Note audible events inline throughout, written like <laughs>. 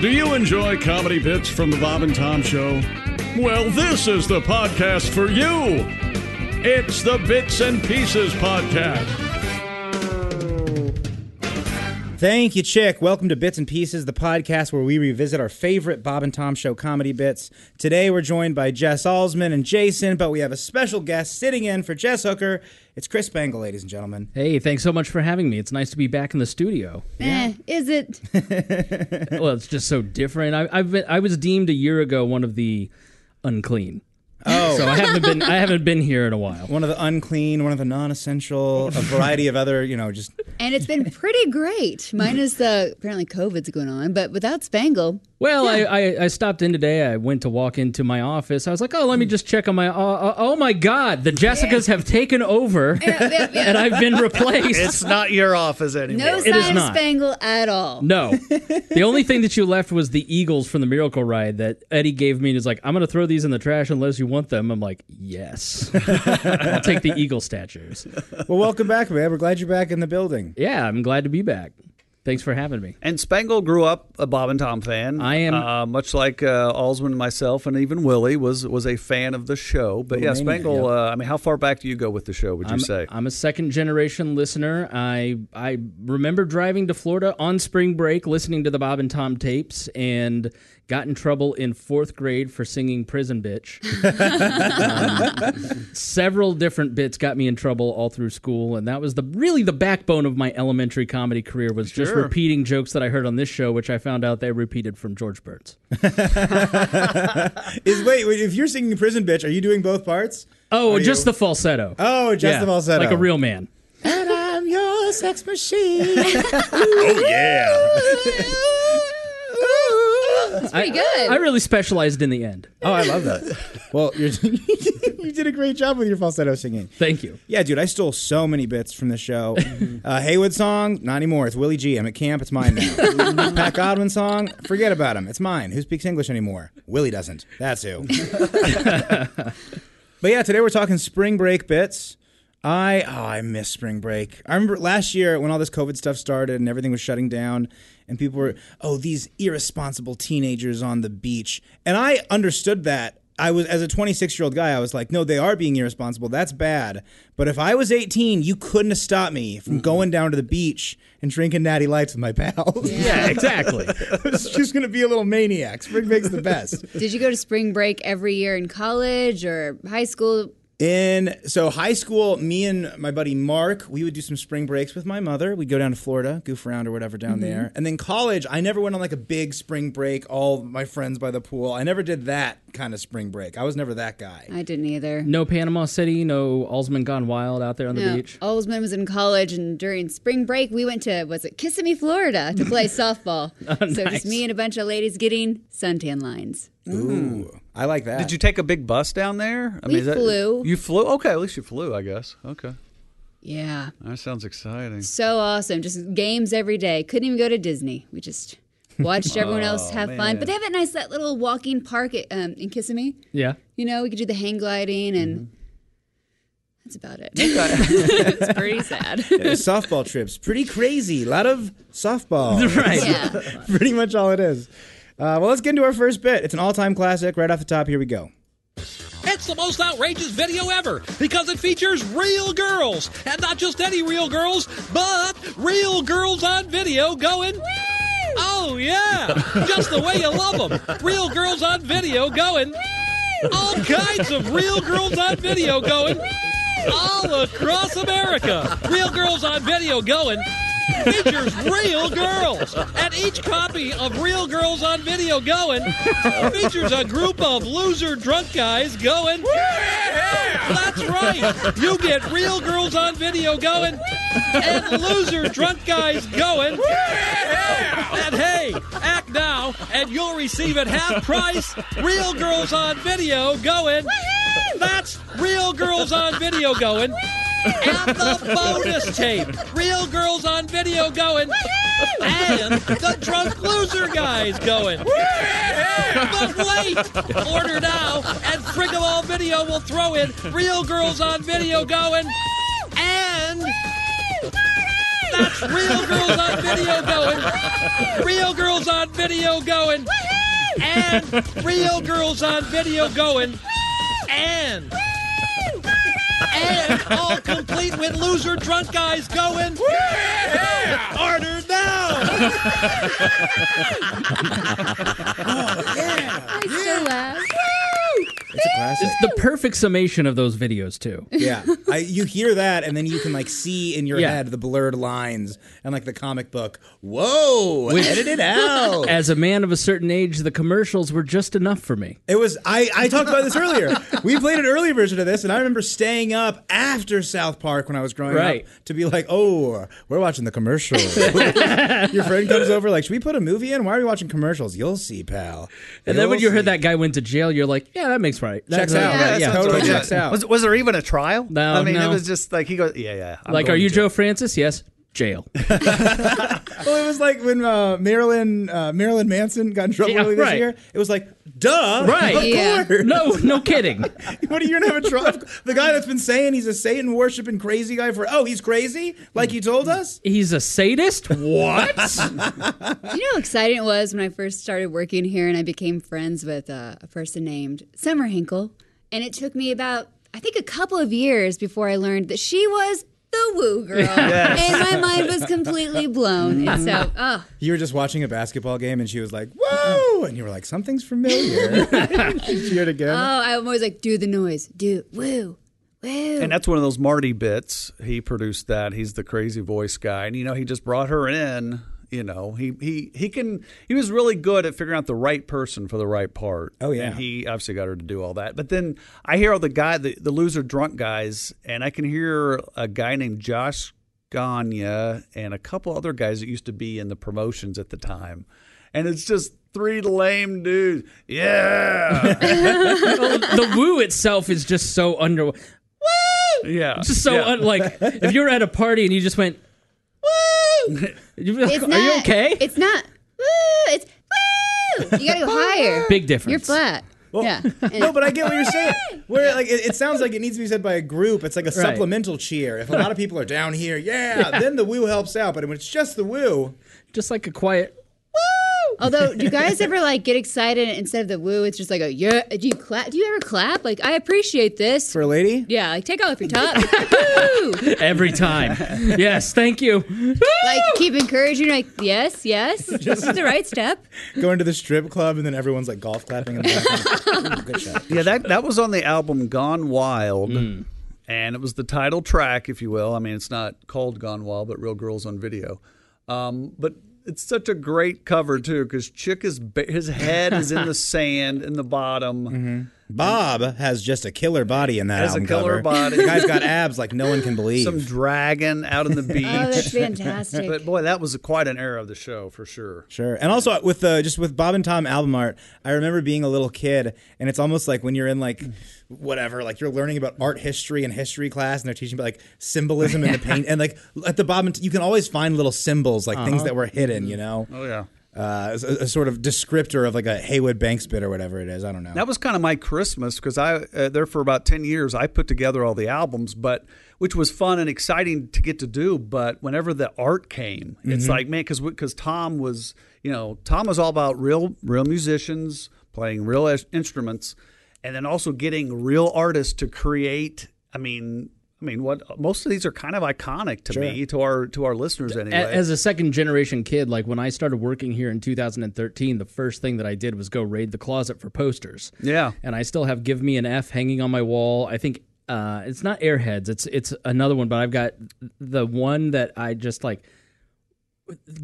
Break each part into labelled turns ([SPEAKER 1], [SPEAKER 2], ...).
[SPEAKER 1] Do you enjoy comedy bits from the Bob and Tom Show? Well, this is the podcast for you. It's the Bits and Pieces Podcast.
[SPEAKER 2] Thank you, Chick. Welcome to Bits and Pieces, the podcast where we revisit our favorite Bob and Tom Show comedy bits. Today we're joined by Jess Alsman and Jason, but we have a special guest sitting in for Jess Hooker. It's Chris Bangle, ladies and gentlemen.
[SPEAKER 3] Hey, thanks so much for having me. It's nice to be back in
[SPEAKER 4] <laughs>
[SPEAKER 3] the studio.
[SPEAKER 5] Eh, is it?
[SPEAKER 3] well, it's just so different. I, I've been, I was deemed a year ago one of the unclean.
[SPEAKER 2] Oh.
[SPEAKER 3] so I haven't been I
[SPEAKER 4] <laughs>
[SPEAKER 3] haven't been here in a while.
[SPEAKER 2] One of the unclean, one of the non-essential, a variety of other, you know, just
[SPEAKER 5] And it's been pretty great. Minus the apparently COVID's going on, but without Spangle,
[SPEAKER 3] Well, I, I I stopped in today. I went to walk into my office. I was like, oh,
[SPEAKER 4] Hmm.
[SPEAKER 3] let me just check on my. Oh, oh, oh my God, the Jessicas have taken over, <laughs> and
[SPEAKER 4] <laughs>
[SPEAKER 3] I've been replaced.
[SPEAKER 4] It's not your office anymore.
[SPEAKER 5] no
[SPEAKER 3] is
[SPEAKER 5] sign of
[SPEAKER 3] not.
[SPEAKER 5] Spangle at all.
[SPEAKER 3] No. the only thing that you left was the Eagles from the Miracle Ride that Eddie gave me and is like, I'm going to throw these in the trash unless you want them. I'm like, yes. <laughs> I'll take the Eagle statues.
[SPEAKER 2] Well, welcome back, man. We're glad you're back in the building.
[SPEAKER 3] Yeah, I'm glad to be back. Thanks for having me.
[SPEAKER 4] And Spangle grew up a Bob and Tom fan.
[SPEAKER 3] I am-
[SPEAKER 4] uh, much like uh, Alsman, and myself, and even Willie was was a fan of the show. But yeah, Spangle. Uh, I mean, how far back do you go with the show? Would you say?
[SPEAKER 3] I'm a second generation listener. I I remember driving to Florida on spring break, listening to the Bob and Tom tapes, and got in trouble in fourth grade for singing
[SPEAKER 2] <laughs>
[SPEAKER 3] "Prison Bitch." Um, several different bits got me in trouble all through school, and that was the really the backbone of my elementary comedy career was just repeating jokes that I heard on this show, which I found out they repeated from George Burns.
[SPEAKER 2] Is wait, wait, if you're singing Prison Bitch, are you doing both parts?
[SPEAKER 3] Oh,
[SPEAKER 2] Are
[SPEAKER 3] just
[SPEAKER 2] you-
[SPEAKER 3] the falsetto.
[SPEAKER 2] Oh, just the falsetto.
[SPEAKER 3] like a real man.
[SPEAKER 2] And I'm your sex machine.
[SPEAKER 6] Oh, yeah.
[SPEAKER 5] It's pretty good.
[SPEAKER 3] I really specialized in the end.
[SPEAKER 2] Oh, I love that. Well, you're, <laughs> you did a great job with your falsetto singing.
[SPEAKER 3] Thank you. Mm-hmm.
[SPEAKER 2] Yeah, dude, I stole so many bits from the
[SPEAKER 3] <laughs>
[SPEAKER 2] show. Uh, Haywood song, not anymore. It's Willie G. I'm at camp. It's mine
[SPEAKER 3] <laughs>
[SPEAKER 2] now. Pat Godwin song, forget about him. It's mine. Who speaks English anymore? Willie doesn't. That's
[SPEAKER 3] <laughs>
[SPEAKER 2] who. <laughs> but yeah, today we're talking spring break bits. I oh, I miss spring break. I remember last year when all this COVID stuff started and everything was shutting down, and people were oh these irresponsible teenagers on the beach, and I understood that. I was as a 26 year old guy, I was like, no, they are being irresponsible. That's bad. But if I was 18, you couldn't have stopped me from going down to the beach and drinking natty lights with my pals. <laughs>
[SPEAKER 3] Yeah, exactly.
[SPEAKER 2] I was just gonna be a little maniac. Spring break's the best.
[SPEAKER 5] Did you go to spring break every year in college or high school?
[SPEAKER 2] In so high school, me and my buddy Mark, we would do some spring breaks with my mother. We'd go down to Florida, goof around or whatever
[SPEAKER 3] Mm-hmm.
[SPEAKER 2] down there. And then college, I never went on like a big spring break, all my friends by the pool. I never did that kind of spring break. I was never that guy.
[SPEAKER 5] I didn't either.
[SPEAKER 3] No Panama City, no Alsman Gone Wild out there on the
[SPEAKER 5] No.
[SPEAKER 3] beach.
[SPEAKER 5] Olsman was in college, and during spring break, we went to was it Kissimmee, Florida, to
[SPEAKER 3] <laughs>
[SPEAKER 5] play softball. so
[SPEAKER 3] Oh, nice.
[SPEAKER 5] just me and a bunch of ladies getting suntan lines.
[SPEAKER 2] Ooh. I like that.
[SPEAKER 4] Did you take a big bus down there? I
[SPEAKER 5] We
[SPEAKER 4] is
[SPEAKER 5] flew.
[SPEAKER 4] You flew. Okay, at least you flew. I guess. Okay,
[SPEAKER 5] Yeah,
[SPEAKER 4] that sounds exciting.
[SPEAKER 5] so awesome. Just games every day. Couldn't even go to Disney. We just watched everyone <laughs> else have fun. But they have a nice that little walking park at, um, in Kissimmee.
[SPEAKER 3] Yeah.
[SPEAKER 5] You know, we could do the hang gliding and. Mm-hmm. That's about it. <laughs> it's pretty <laughs> sad.
[SPEAKER 3] <laughs>
[SPEAKER 2] softball trips? Pretty crazy. A lot of softball.
[SPEAKER 3] Right.
[SPEAKER 5] Yeah.
[SPEAKER 2] <laughs> Pretty much all it is. Uh, well, let's get into our first bit. It's an all time classic. Right off the top, here we go.
[SPEAKER 7] It's the most outrageous video ever because it features real girls. And not just any real girls, but real girls on video going, Oh, yeah. Just the way you love them. Real girls on video going. All kinds of real girls on video going. All across America. Real girls on video going. Features real girls. And each copy of Real Girls on Video Going features a group of loser drunk guys going. That's right. You get real girls on video going and loser drunk guys going. <laughs> And hey, act now and you'll receive at half price real girls on video going. That's real girls on video going. And the bonus tape. Real girls on video going. And the drunk loser guys going. But wait! Order now, and Frickalall Video will throw in Real Girls on Video going. And. That's Real Girls on Video going. Real Girls on Video going. And Real Girls on Video going. And. And all complete with loser drunk guys going. Order now!
[SPEAKER 5] I still laugh.
[SPEAKER 2] It's a classic.
[SPEAKER 3] It's the perfect summation of those videos too.
[SPEAKER 2] Yeah,
[SPEAKER 3] <laughs>
[SPEAKER 2] I, you hear that, and then you can like see in your
[SPEAKER 3] Yeah.
[SPEAKER 2] head the blurred lines and like the comic book. Whoa, edit it Oh, out.
[SPEAKER 3] <laughs> As a man of a certain age, the commercials were just enough for me.
[SPEAKER 2] It was I, I talked about this earlier. We played an early version of this, and I remember staying up after South Park when I was growing
[SPEAKER 3] Right.
[SPEAKER 2] up to be like, "Oh, we're watching the
[SPEAKER 3] <laughs>
[SPEAKER 2] commercial." Your friend comes over, like, "Should we put a movie in? Why are we watching commercials?" You'll see, pal.
[SPEAKER 3] And then when
[SPEAKER 2] You'll
[SPEAKER 3] you
[SPEAKER 2] see.
[SPEAKER 3] heard that guy went to jail, you're like, yeah, that makes right. That
[SPEAKER 2] Checks
[SPEAKER 3] that-
[SPEAKER 2] out, right?
[SPEAKER 3] Yeah,
[SPEAKER 2] Sounds
[SPEAKER 3] totally
[SPEAKER 2] right.
[SPEAKER 3] checks
[SPEAKER 2] Yeah.
[SPEAKER 3] out.
[SPEAKER 4] Was, was there even a trial?
[SPEAKER 3] No,
[SPEAKER 4] I mean,
[SPEAKER 3] no.
[SPEAKER 4] it was just like he goes, yeah, yeah. I'm
[SPEAKER 3] like,
[SPEAKER 4] going
[SPEAKER 3] are you
[SPEAKER 4] to jail."
[SPEAKER 3] Joe Francis? Yes. Jail.
[SPEAKER 2] Well, it was like when uh, Marilyn uh, Marilyn Manson got in trouble
[SPEAKER 3] Yeah,
[SPEAKER 2] early this
[SPEAKER 3] right.
[SPEAKER 2] year. It was like, "Duh, <laughs>
[SPEAKER 3] Right.
[SPEAKER 2] Of
[SPEAKER 5] Yeah.
[SPEAKER 2] course.
[SPEAKER 3] No, no kidding.
[SPEAKER 2] <laughs> What are you gonna have a trial? The guy that's been saying he's a Satan worshiping crazy guy for oh he's crazy like you told us.
[SPEAKER 3] He's
[SPEAKER 2] <laughs>
[SPEAKER 3] a sadist? What?
[SPEAKER 5] Do you know how exciting it was when I first started working here and I became friends with uh, a person named Summer Hinkle? And it took me about, I think, a couple of years before I learned that she was the woo <laughs> girl. And my mind was completely blown. And <laughs> so, oh,
[SPEAKER 2] You were just watching a basketball game and she was like whoa, and you were like something's familiar. <laughs> she cheered
[SPEAKER 5] oh,
[SPEAKER 2] again.
[SPEAKER 5] I'm always like, do the noise, do woo, woo.
[SPEAKER 4] And that's one of those Marty bits. He produced that. He's the crazy voice guy, and you know he just brought her in. You know he he he can. He was really good at figuring out the right person for the right part.
[SPEAKER 2] Oh, yeah.
[SPEAKER 4] And he obviously got her to do all that. But then I hear all the guy, the, the loser drunk guys, and I can hear a guy named Josh Gagne and a couple other guys that used to be in the promotions at the time, and it's just three lame dudes.
[SPEAKER 2] <laughs>
[SPEAKER 4] Yeah, <laughs>
[SPEAKER 3] the woo itself is just so under.
[SPEAKER 4] yeah.
[SPEAKER 3] It's just so
[SPEAKER 4] yeah.
[SPEAKER 3] un- like if you were at a party and you just went, woo! You'd be like,
[SPEAKER 5] It's
[SPEAKER 3] Are
[SPEAKER 5] not,
[SPEAKER 3] <laughs> you okay?
[SPEAKER 5] It's not woo, it's woo. You gotta go higher.
[SPEAKER 3] Big difference.
[SPEAKER 5] You're flat. yeah.
[SPEAKER 2] No, but I get what you're saying. Where like it, it sounds like it needs to be said by a group. It's like a supplemental cheer. If a lot of people are down here, yeah, then the woo helps out. But when it's just the woo,
[SPEAKER 3] Just like
[SPEAKER 2] <laughs>
[SPEAKER 3] a quiet.
[SPEAKER 5] <laughs> Although, do you guys ever like get excited and instead of the woo? It's just like a yeah. Do you clap? Do you ever clap? Like I appreciate this.
[SPEAKER 2] for a lady,
[SPEAKER 5] yeah, like take off your top. Woo!
[SPEAKER 3] Every time. yes, thank you.
[SPEAKER 5] <laughs> Like keep encouraging. Like yes, yes, this is the right step.
[SPEAKER 2] going to the strip club and then everyone's like golf clapping. In the background. Good shot.
[SPEAKER 4] Yeah, that that was on the album Gone Wild. And it was the title track, if you will. I mean, it's not called Gone Wild, but Real Girls on Video. Um, but it's such a great cover too, because Chick is ba- his head is in the sand in the bottom.
[SPEAKER 2] Bob has just a killer body in that
[SPEAKER 4] Has a
[SPEAKER 2] album
[SPEAKER 4] killer
[SPEAKER 2] cover.
[SPEAKER 4] body.
[SPEAKER 2] The guy's got abs like no one can believe.
[SPEAKER 4] Some dragon out
[SPEAKER 2] <laughs>
[SPEAKER 4] on the beach.
[SPEAKER 5] Oh, that's fantastic.
[SPEAKER 4] but boy, that was quite an era of the show for sure.
[SPEAKER 2] Sure. And also with the just with Bob and Tom album art, I remember being a little kid and it's almost like when you're in like whatever, like you're learning about art history and history class and they're teaching about like
[SPEAKER 4] <laughs>
[SPEAKER 2] symbolism and the paint and like at the Bob and you can always find little symbols like things
[SPEAKER 4] Uh-huh.
[SPEAKER 2] that were hidden, you know.
[SPEAKER 4] Oh yeah.
[SPEAKER 2] Uh, as a, a sort of descriptor of like a Haywood Banks bit or whatever it is. I don't know.
[SPEAKER 4] That was kind of my Christmas because I uh, there for about ten years. I put together all the albums, but which was fun and exciting to get to do. But whenever the art came,
[SPEAKER 3] Mm-hmm.
[SPEAKER 4] it's like man, because because Tom was you know Tom was all about real real musicians playing real is- instruments, and then also getting real artists to create. I mean. I mean, what most of these are kind of iconic to
[SPEAKER 3] Sure.
[SPEAKER 4] me, to our to our listeners anyway.
[SPEAKER 3] A- As a second generation kid, like when I started working here in 2013, the first thing that I did was go raid the closet for posters.
[SPEAKER 4] Yeah.
[SPEAKER 3] And I still have Give Me an F hanging on my wall. I think uh, it's not Airheads, it's it's another one, but I've got the one that I just like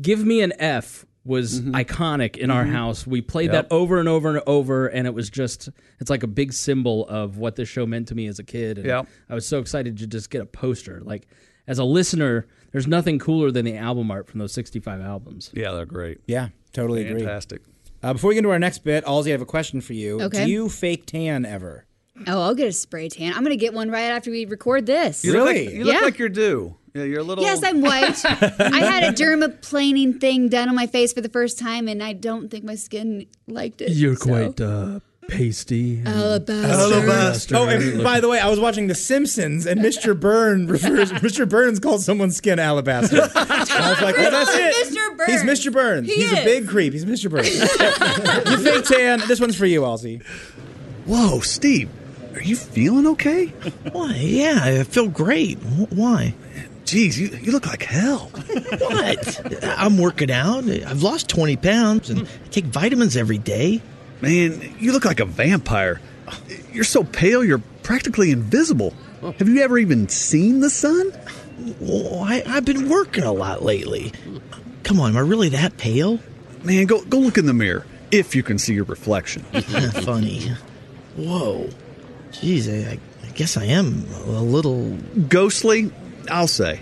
[SPEAKER 3] Give Me an F was
[SPEAKER 4] Mm-hmm.
[SPEAKER 3] iconic in our
[SPEAKER 8] Mhm.
[SPEAKER 3] house. We played
[SPEAKER 8] Yep.
[SPEAKER 3] that over and over and over and it was just it's like a big symbol of what this show meant to me as a kid. And
[SPEAKER 4] Yep.
[SPEAKER 3] I was so excited to just get a poster. Like as a listener, there's nothing cooler than the album art from those 65 albums.
[SPEAKER 4] Yeah, they're great.
[SPEAKER 2] Yeah, totally agree.
[SPEAKER 4] Fantastic.
[SPEAKER 2] Uh, before we get into our next bit, Alzi, I have a question for you.
[SPEAKER 5] Okay.
[SPEAKER 2] Do you fake tan ever?
[SPEAKER 5] Oh, I'll get a spray tan. I'm gonna get one right after we record this.
[SPEAKER 4] You Look like, you look
[SPEAKER 5] yeah.
[SPEAKER 4] like you're due. Yeah, you're a little.
[SPEAKER 5] Yes, I'm white. I had a dermaplaning thing done on my face for the first time, and I don't think my skin liked it. so.
[SPEAKER 3] uh, pasty.
[SPEAKER 5] Alabaster.
[SPEAKER 3] <laughs> Alabaster.
[SPEAKER 2] Oh, and
[SPEAKER 3] Look-
[SPEAKER 2] by the way, I was watching The Simpsons, and Mr.
[SPEAKER 5] <laughs>
[SPEAKER 2] Byrne refers, Mr. Burns called someone's skin alabaster. And I was like, well, that's it.
[SPEAKER 5] Mr.
[SPEAKER 2] He's Mr. Burns.
[SPEAKER 5] He
[SPEAKER 2] He's
[SPEAKER 5] is.
[SPEAKER 2] a big creep. He's
[SPEAKER 5] <laughs>
[SPEAKER 2] Mr. Burns. you fake tan. This one's for you, Alzi.
[SPEAKER 9] Whoa, Steve, are you feeling okay? <laughs> Why? Yeah, I feel great. Wh- Why? Jeez, you, you look like hell. <laughs> what? I'm working out. I've lost 20 pounds and I take vitamins every day.
[SPEAKER 4] Man, you look like a vampire. You're so pale, you're practically invisible. Have you ever even seen the sun?
[SPEAKER 9] Well, Oh, I, I've been working a lot lately. Come on, am I really that pale?
[SPEAKER 4] Man, go go look in the mirror if you can see your
[SPEAKER 9] <laughs>
[SPEAKER 4] reflection.
[SPEAKER 9] Funny. Whoa. Jeez, I, I, I guess I am a little
[SPEAKER 4] ghostly. I'll say.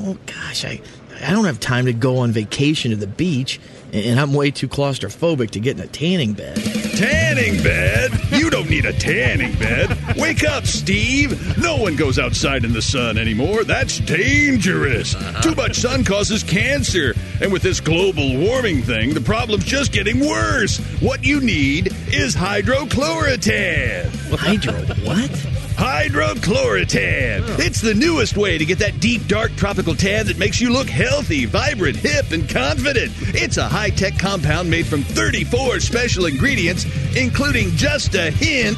[SPEAKER 9] Oh gosh, I I don't have time to go on vacation to the beach, and and I'm way too claustrophobic to get in a tanning bed.
[SPEAKER 1] Tanning bed? You don't need a tanning bed. Wake up, Steve. No one goes outside in the sun anymore. That's dangerous.
[SPEAKER 9] Uh-huh.
[SPEAKER 1] Too much sun causes cancer. And with this global warming thing, the problem's just getting worse. What you need is hydrochlorotan.
[SPEAKER 9] Hydro what?
[SPEAKER 1] Hydrochlorotan. It's the newest way to get that deep, dark tropical tan that makes you look healthy, vibrant, hip, and confident. It's a high tech compound made from 34 special ingredients, including just a hint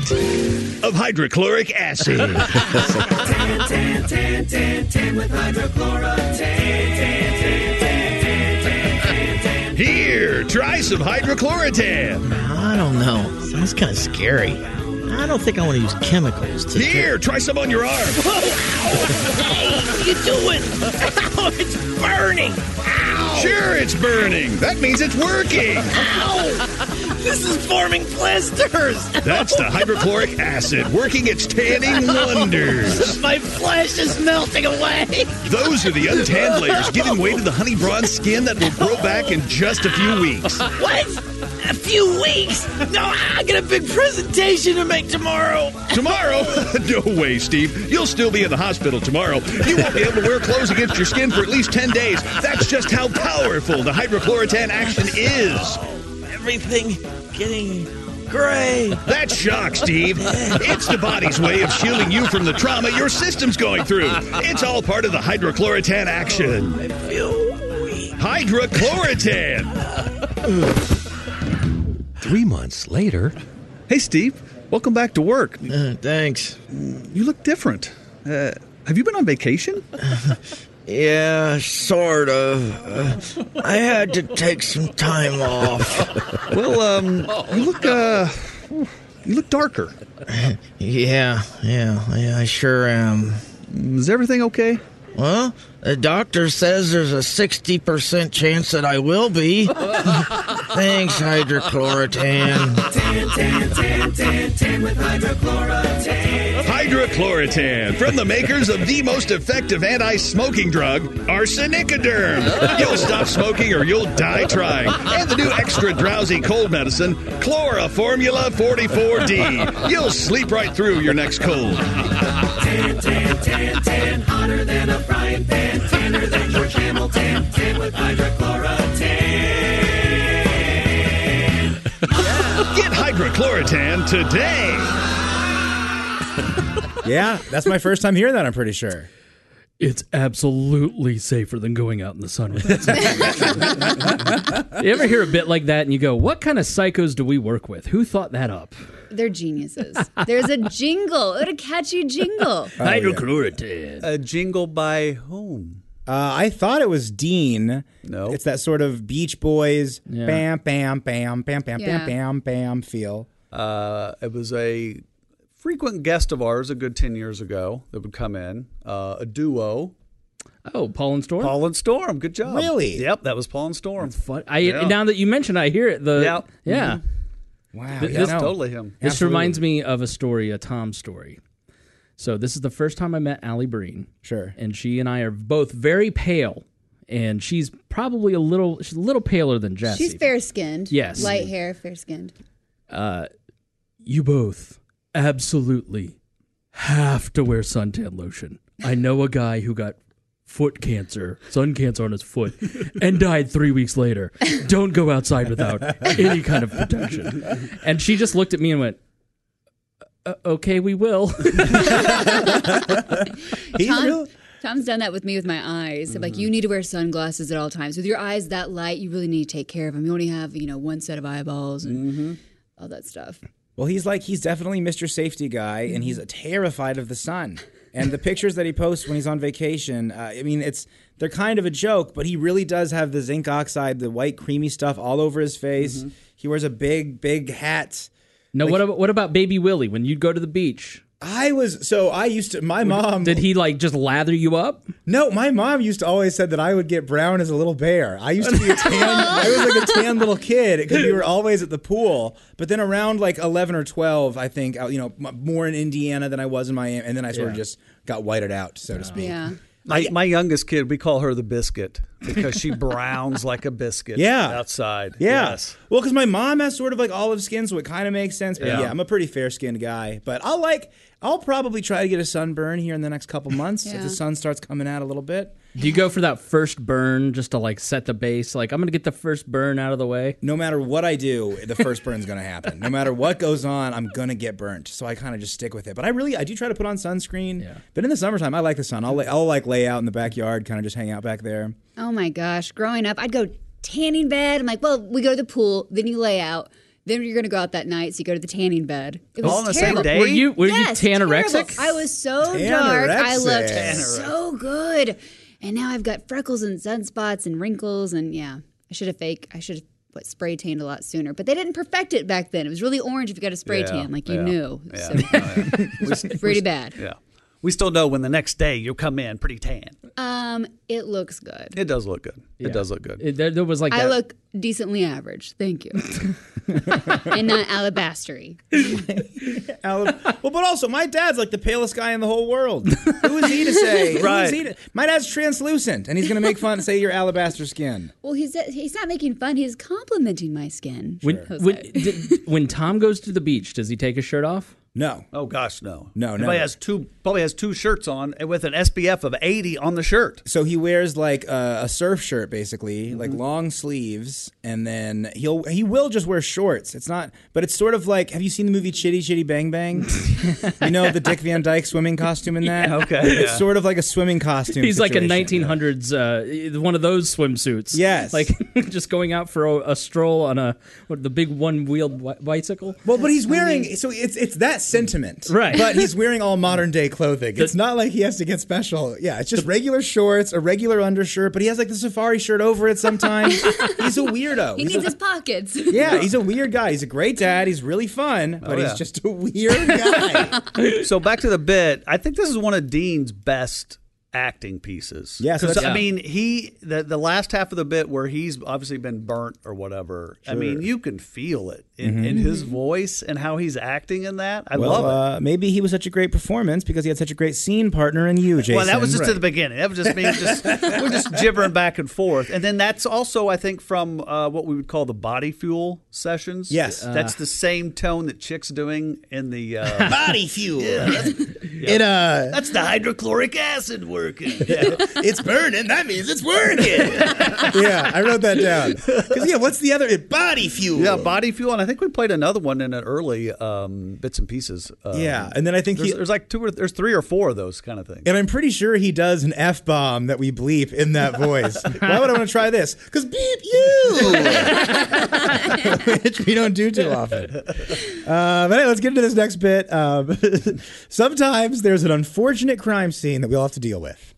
[SPEAKER 1] of hydrochloric acid.
[SPEAKER 9] <laughs>
[SPEAKER 1] Here, try some hydrochlorotan.
[SPEAKER 9] I don't know. Sounds kind of scary. I don't think I want to use chemicals to.
[SPEAKER 1] Here, try some on your arm.
[SPEAKER 9] What are you doing? Ow, it's burning. Ow.
[SPEAKER 1] Sure, it's burning. That means it's working.
[SPEAKER 9] Ow! This is forming blisters.
[SPEAKER 1] That's the hydrochloric acid working its tanning wonders.
[SPEAKER 9] My flesh is melting away.
[SPEAKER 1] Those are the untanned layers giving way to the honey bronze skin that will grow back in just a few weeks.
[SPEAKER 9] What? A few weeks? No, I got a big presentation to make tomorrow.
[SPEAKER 1] Tomorrow? <laughs> No way, Steve. You'll still be in the hospital tomorrow. You won't be able to wear clothes against your skin for at least 10 days. That's just how powerful the hydrochlorotan action is.
[SPEAKER 9] Everything getting gray.
[SPEAKER 1] That's shock, Steve. It's the body's way of shielding you from the trauma your system's going through. It's all part of the hydrochlorotan action. I Hydrochlorotan.
[SPEAKER 4] Three months later. Hey, Steve. Welcome back to work.
[SPEAKER 9] thanks.
[SPEAKER 4] You look different. Uh, have you been on vacation?
[SPEAKER 9] <laughs>
[SPEAKER 3] <laughs>
[SPEAKER 9] Yeah, sort of. Uh, I had to take some time off.
[SPEAKER 4] <laughs> well, um, you look, uh, you look darker.
[SPEAKER 9] Yeah, yeah, yeah, I sure am.
[SPEAKER 4] Is everything okay?
[SPEAKER 9] Well, the doctor says there's a 60% chance that I
[SPEAKER 4] <laughs>
[SPEAKER 9] will be. <laughs> Thanks, hydrochlorotan.
[SPEAKER 1] Hydrochlorotan from the makers of the most effective anti smoking drug, arsenicoderm. You'll stop smoking or you'll die trying. And the new extra drowsy cold medicine, Chloroformula 44D. You'll sleep right through your next cold. Get hydrochlorotan today.
[SPEAKER 2] Yeah, that's my first time hearing that, I'm pretty sure.
[SPEAKER 3] It's absolutely safer than going out in the sun with <laughs> that. you ever hear a bit like that and you go, what kind of psychos do we work with? Who thought that up?
[SPEAKER 5] They're geniuses. There's a jingle. What a catchy jingle.
[SPEAKER 4] A jingle by whom?
[SPEAKER 2] Uh, I thought it was Dean. No, it's that sort of Beach Boys bam, bam, bam, bam, bam,
[SPEAKER 4] Yeah.
[SPEAKER 2] bam, bam, bam feel.
[SPEAKER 4] Uh, it was a frequent guest of ours a good 10 years ago that would come in, uh, a duo.
[SPEAKER 3] Oh, Paul and Storm?
[SPEAKER 4] Paul and Storm. Good job.
[SPEAKER 3] Really?
[SPEAKER 4] Yep, that was Paul and Storm.
[SPEAKER 3] Fun. I now that you mention, it, I hear it. The
[SPEAKER 4] Yep.
[SPEAKER 3] yeah,
[SPEAKER 4] Mhm. Wow,
[SPEAKER 3] Th-
[SPEAKER 4] yeah, no. totally him.
[SPEAKER 3] This
[SPEAKER 4] Absolutely.
[SPEAKER 3] reminds me of a story, a Tom story. So this is the first time I met Allie Breen. Sure, and she and I are both very pale, and she's probably a little, she's a little paler than Jess.
[SPEAKER 5] She's fair skinned.
[SPEAKER 3] Yes.
[SPEAKER 5] Light hair, fair skinned.
[SPEAKER 3] uh, you both absolutely have to wear suntan lotion. I know a guy who got foot cancer, sun cancer on his <laughs> foot, and died three weeks later. Don't go outside without any kind of protection. And she just looked at me and went, "Uh, "Okay, we will." <laughs>
[SPEAKER 5] Tom, Tom's done that with me with my eyes. So, Like you need to wear sunglasses at all times. With your eyes that light, you really need to take care of them. You only have you know one set of eyeballs and all that stuff.
[SPEAKER 2] Well, he's like he's definitely Mr. Safety guy, and he's terrified of the sun. And the pictures that he posts when he's on vacation, uh, I mean, it's they're kind of a joke, but he really does have the zinc oxide, the white creamy stuff all over his face.
[SPEAKER 4] Mm-hmm.
[SPEAKER 2] He wears a big, big hat.
[SPEAKER 3] No, what about what about Baby Willie when you'd go to the beach?
[SPEAKER 2] I was so I used to my mom
[SPEAKER 3] did he like just lather you up?
[SPEAKER 2] No, my mom used to always said that I would get brown as a little bear. I used to be a
[SPEAKER 3] <laughs>
[SPEAKER 2] tan. I was like a tan little kid because we were always at the pool. But then around like eleven or twelve, I think I- you know m- more in Indiana than I was in Miami, and then I sort of
[SPEAKER 4] Yeah.
[SPEAKER 2] just got whited out, so to speak.
[SPEAKER 5] Yeah.
[SPEAKER 4] My, my youngest kid, we call her the biscuit because
[SPEAKER 3] <laughs>
[SPEAKER 4] she browns like a biscuit
[SPEAKER 2] Yeah.
[SPEAKER 4] outside.
[SPEAKER 2] Yeah.
[SPEAKER 4] Yes.
[SPEAKER 2] Well, because my mom has sort of like olive skin, so it kind of makes sense. But yeah.
[SPEAKER 4] Yeah.
[SPEAKER 2] I'm a pretty fair skinned guy. But I'll like, I'll probably try to get a sunburn here in the next couple months if
[SPEAKER 5] Yeah.
[SPEAKER 2] the sun starts coming out a little bit.
[SPEAKER 3] Do you go for that first burn just to like set the base? Like I'm gonna get the first burn out of the way.
[SPEAKER 2] No matter what I do, the first burn's going to happen. No matter what goes on, I'm going to get burnt. So I kind of just stick with it. But I really, I do try to put on sunscreen. Yeah. But in the summertime, I like the sun. I'll, lay, I'll like lay out in the backyard, kind of just hang out back there.
[SPEAKER 5] Oh my gosh. Growing up, I'd go tanning bed. I'm like, well, we go to the pool, then you lay out, then you're gonna go out that night, so you go to the tanning bed. It was
[SPEAKER 3] All on the same
[SPEAKER 5] terrible.
[SPEAKER 3] day? Were you- were you
[SPEAKER 5] Yes,
[SPEAKER 3] tanorexic?
[SPEAKER 5] terrible. I was so dark. I looked
[SPEAKER 3] Tanorexic.
[SPEAKER 5] so good, and now I've got freckles and sunspots and wrinkles, and yeah, I should have fake. I should have. What spray tanned a lot sooner, but they didn't perfect it back then. It was really orange if you got a spray
[SPEAKER 4] Yeah,
[SPEAKER 5] tan, like you
[SPEAKER 4] yeah,
[SPEAKER 3] <laughs>
[SPEAKER 5] knew.
[SPEAKER 4] yeah.
[SPEAKER 5] So,
[SPEAKER 4] Oh, yeah.
[SPEAKER 5] it's pretty bad.
[SPEAKER 4] Yeah. We still know when the next day you'll come in pretty tan.
[SPEAKER 5] Um, it looks good.
[SPEAKER 4] It does look good. It does look good.
[SPEAKER 3] It, there, there was like
[SPEAKER 5] I
[SPEAKER 3] that-
[SPEAKER 5] look decently average. Thank you. <laughs> and not alabastery.
[SPEAKER 2] Alan- well, but also, my dad's like the palest guy in the
[SPEAKER 4] <laughs>
[SPEAKER 2] whole world. Who is he to say? Who is
[SPEAKER 4] Right.
[SPEAKER 2] he to, my dad's translucent, and he's going to make fun and say you're alabaster skin.
[SPEAKER 5] Well, he's he's not making fun. He's complimenting my skin.
[SPEAKER 3] When,
[SPEAKER 5] Jose.
[SPEAKER 3] when, did, when Tom goes to the beach, does he take his shirt off?
[SPEAKER 2] No.
[SPEAKER 4] Oh gosh, no.
[SPEAKER 2] No,
[SPEAKER 4] Everybody
[SPEAKER 2] never.
[SPEAKER 4] has two probably has two shirts on and with an SPF of 80 on the shirt.
[SPEAKER 2] So he wears like a, a surf shirt, basically, like long sleeves, and then he'll he will just wear shorts. It's not, but it's sort of like have you seen the movie Chitty Chitty Bang Bang? you know the Dick Van Dyke swimming costume in that.
[SPEAKER 3] Yeah, okay.
[SPEAKER 2] it's
[SPEAKER 3] Yeah.
[SPEAKER 2] sort of like a swimming costume.
[SPEAKER 3] He's
[SPEAKER 2] situation.
[SPEAKER 3] like a 1900s, uh, one of those swimsuits.
[SPEAKER 2] Yes.
[SPEAKER 3] Like <laughs> just going out for a, a stroll on a what, the big one wheeled bicycle.
[SPEAKER 2] Well, but he's wearing so it's it's that sentiment,
[SPEAKER 3] Right.
[SPEAKER 2] But
[SPEAKER 3] <laughs>
[SPEAKER 2] he's wearing all modern day clothing. It's not like he has to get special. Yeah, it's just regular shorts, a regular undershirt, but he has like the safari shirt over it
[SPEAKER 3] <laughs>
[SPEAKER 2] sometimes. he's a weirdo.
[SPEAKER 5] he
[SPEAKER 2] He's
[SPEAKER 5] needs
[SPEAKER 2] a-
[SPEAKER 5] his pockets.
[SPEAKER 2] yeah, he's a weird guy. He's a great dad. He's really fun, but
[SPEAKER 4] Oh, yeah.
[SPEAKER 2] he's just a weird guy.
[SPEAKER 4] so back to the bit. I think this is one of Dean's best acting pieces.
[SPEAKER 2] Yeah, so
[SPEAKER 4] because I
[SPEAKER 2] that's- yeah.
[SPEAKER 4] mean, he the the last half of the bit where he's obviously been burnt or whatever. I mean,
[SPEAKER 2] Sure.
[SPEAKER 4] you can feel it in,
[SPEAKER 2] Mhm.
[SPEAKER 4] in his voice and how he's acting in that. I
[SPEAKER 2] well,
[SPEAKER 4] love it.
[SPEAKER 2] Uh, maybe he was such a great performance because he had such a great scene partner in you, Jason.
[SPEAKER 4] Well, that was just at
[SPEAKER 2] Right.
[SPEAKER 4] the beginning. That was just me. Just we're just
[SPEAKER 2] <laughs>
[SPEAKER 4] gibbering back and forth, and then that's also, I think, from uh, what we would call the body fuel sessions.
[SPEAKER 2] Yes.
[SPEAKER 4] that's
[SPEAKER 2] Uh.
[SPEAKER 4] the same tone that chicks doing in the uh,
[SPEAKER 9] <laughs> Body
[SPEAKER 4] <laughs>
[SPEAKER 9] fuel.
[SPEAKER 4] Yeah, that's,
[SPEAKER 9] It, uh,
[SPEAKER 4] that's the hydrochloric acid working.
[SPEAKER 9] <laughs> it's burning. That means it's working.
[SPEAKER 2] <laughs> yeah, I wrote that down. Because yeah, what's the other body fuel?
[SPEAKER 4] Yeah, body fuel, and I think we played another one in an early um, bits and pieces. Um,
[SPEAKER 2] Yeah, and then I think
[SPEAKER 4] there's,
[SPEAKER 2] he-
[SPEAKER 4] there's like two or there's three or four of those kind of things.
[SPEAKER 2] And I'm pretty sure he does an F bomb that we
[SPEAKER 4] <laughs>
[SPEAKER 2] bleep in that voice. Why would I want to try this? Because beep you! which we don't do too often. Uh, but hey, let's get into this next bit. Um, <laughs> sometimes there's an unfortunate crime scene that we all have to deal with.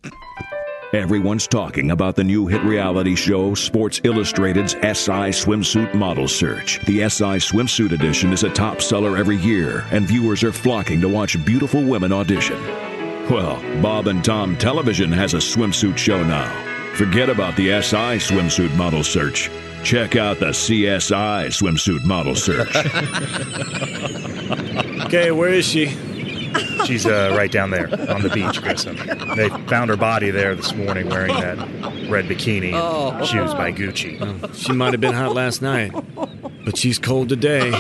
[SPEAKER 10] Everyone's talking about the new hit reality show Sports Illustrated's SI Swimsuit Model Search. The SI Swimsuit Edition is a top seller every year, and viewers are flocking to watch beautiful women audition. Well, Bob and Tom Television has a swimsuit show now. Forget about the SI Swimsuit Model Search. Check out the CSI Swimsuit Model Search.
[SPEAKER 11] <laughs> Okay, where is she? She's uh, right down there on the beach, Grissom. They found her body there this morning wearing that red bikini and shoes by Gucci.
[SPEAKER 12] She might have been hot last night, but she's cold
[SPEAKER 9] <laughs>
[SPEAKER 12] today.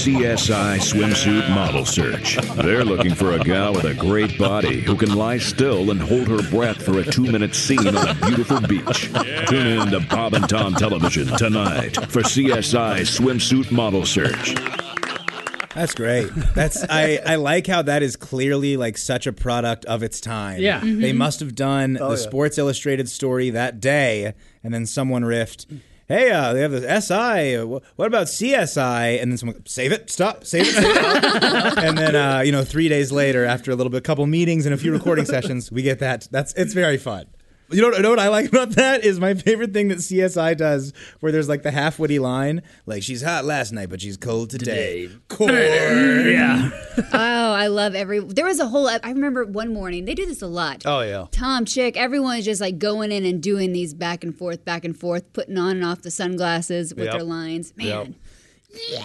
[SPEAKER 10] CSI swimsuit model search. They're looking for a gal with a great body who can lie still and hold her breath for a two minute scene on a beautiful beach. Tune in to Bob and Tom Television tonight for CSI swimsuit model search.
[SPEAKER 2] That's great. That's I, I like how that is clearly like such a product of its time.
[SPEAKER 3] Yeah. Mhm.
[SPEAKER 2] They must have done
[SPEAKER 3] Oh,
[SPEAKER 2] the
[SPEAKER 3] yeah.
[SPEAKER 2] Sports Illustrated story that day, and then someone riffed, "Hey, uh, they have this SI. uh, wh- What about CSI?" And then someone, "Save it, stop, save it." stop." <laughs> and then uh, you know, three days later, after a little bit, couple meetings and a few
[SPEAKER 3] <laughs>
[SPEAKER 2] recording sessions, we get that. That's it's very fun. You know, what- you know what I like about that is my favorite thing that CSI does, where there's like the half witty line, like she's hot last night, but she's cold today. Corn. <laughs> yeah.
[SPEAKER 5] <laughs> oh, I love every. There was a whole. ep- I remember one morning they do this a lot.
[SPEAKER 4] Oh yeah.
[SPEAKER 5] Tom, Chick, everyone is just like going in and doing these back and forth, back and forth, putting on and off the sunglasses with
[SPEAKER 3] Yep.
[SPEAKER 5] their lines. Man,
[SPEAKER 3] Yep.
[SPEAKER 4] Yeah,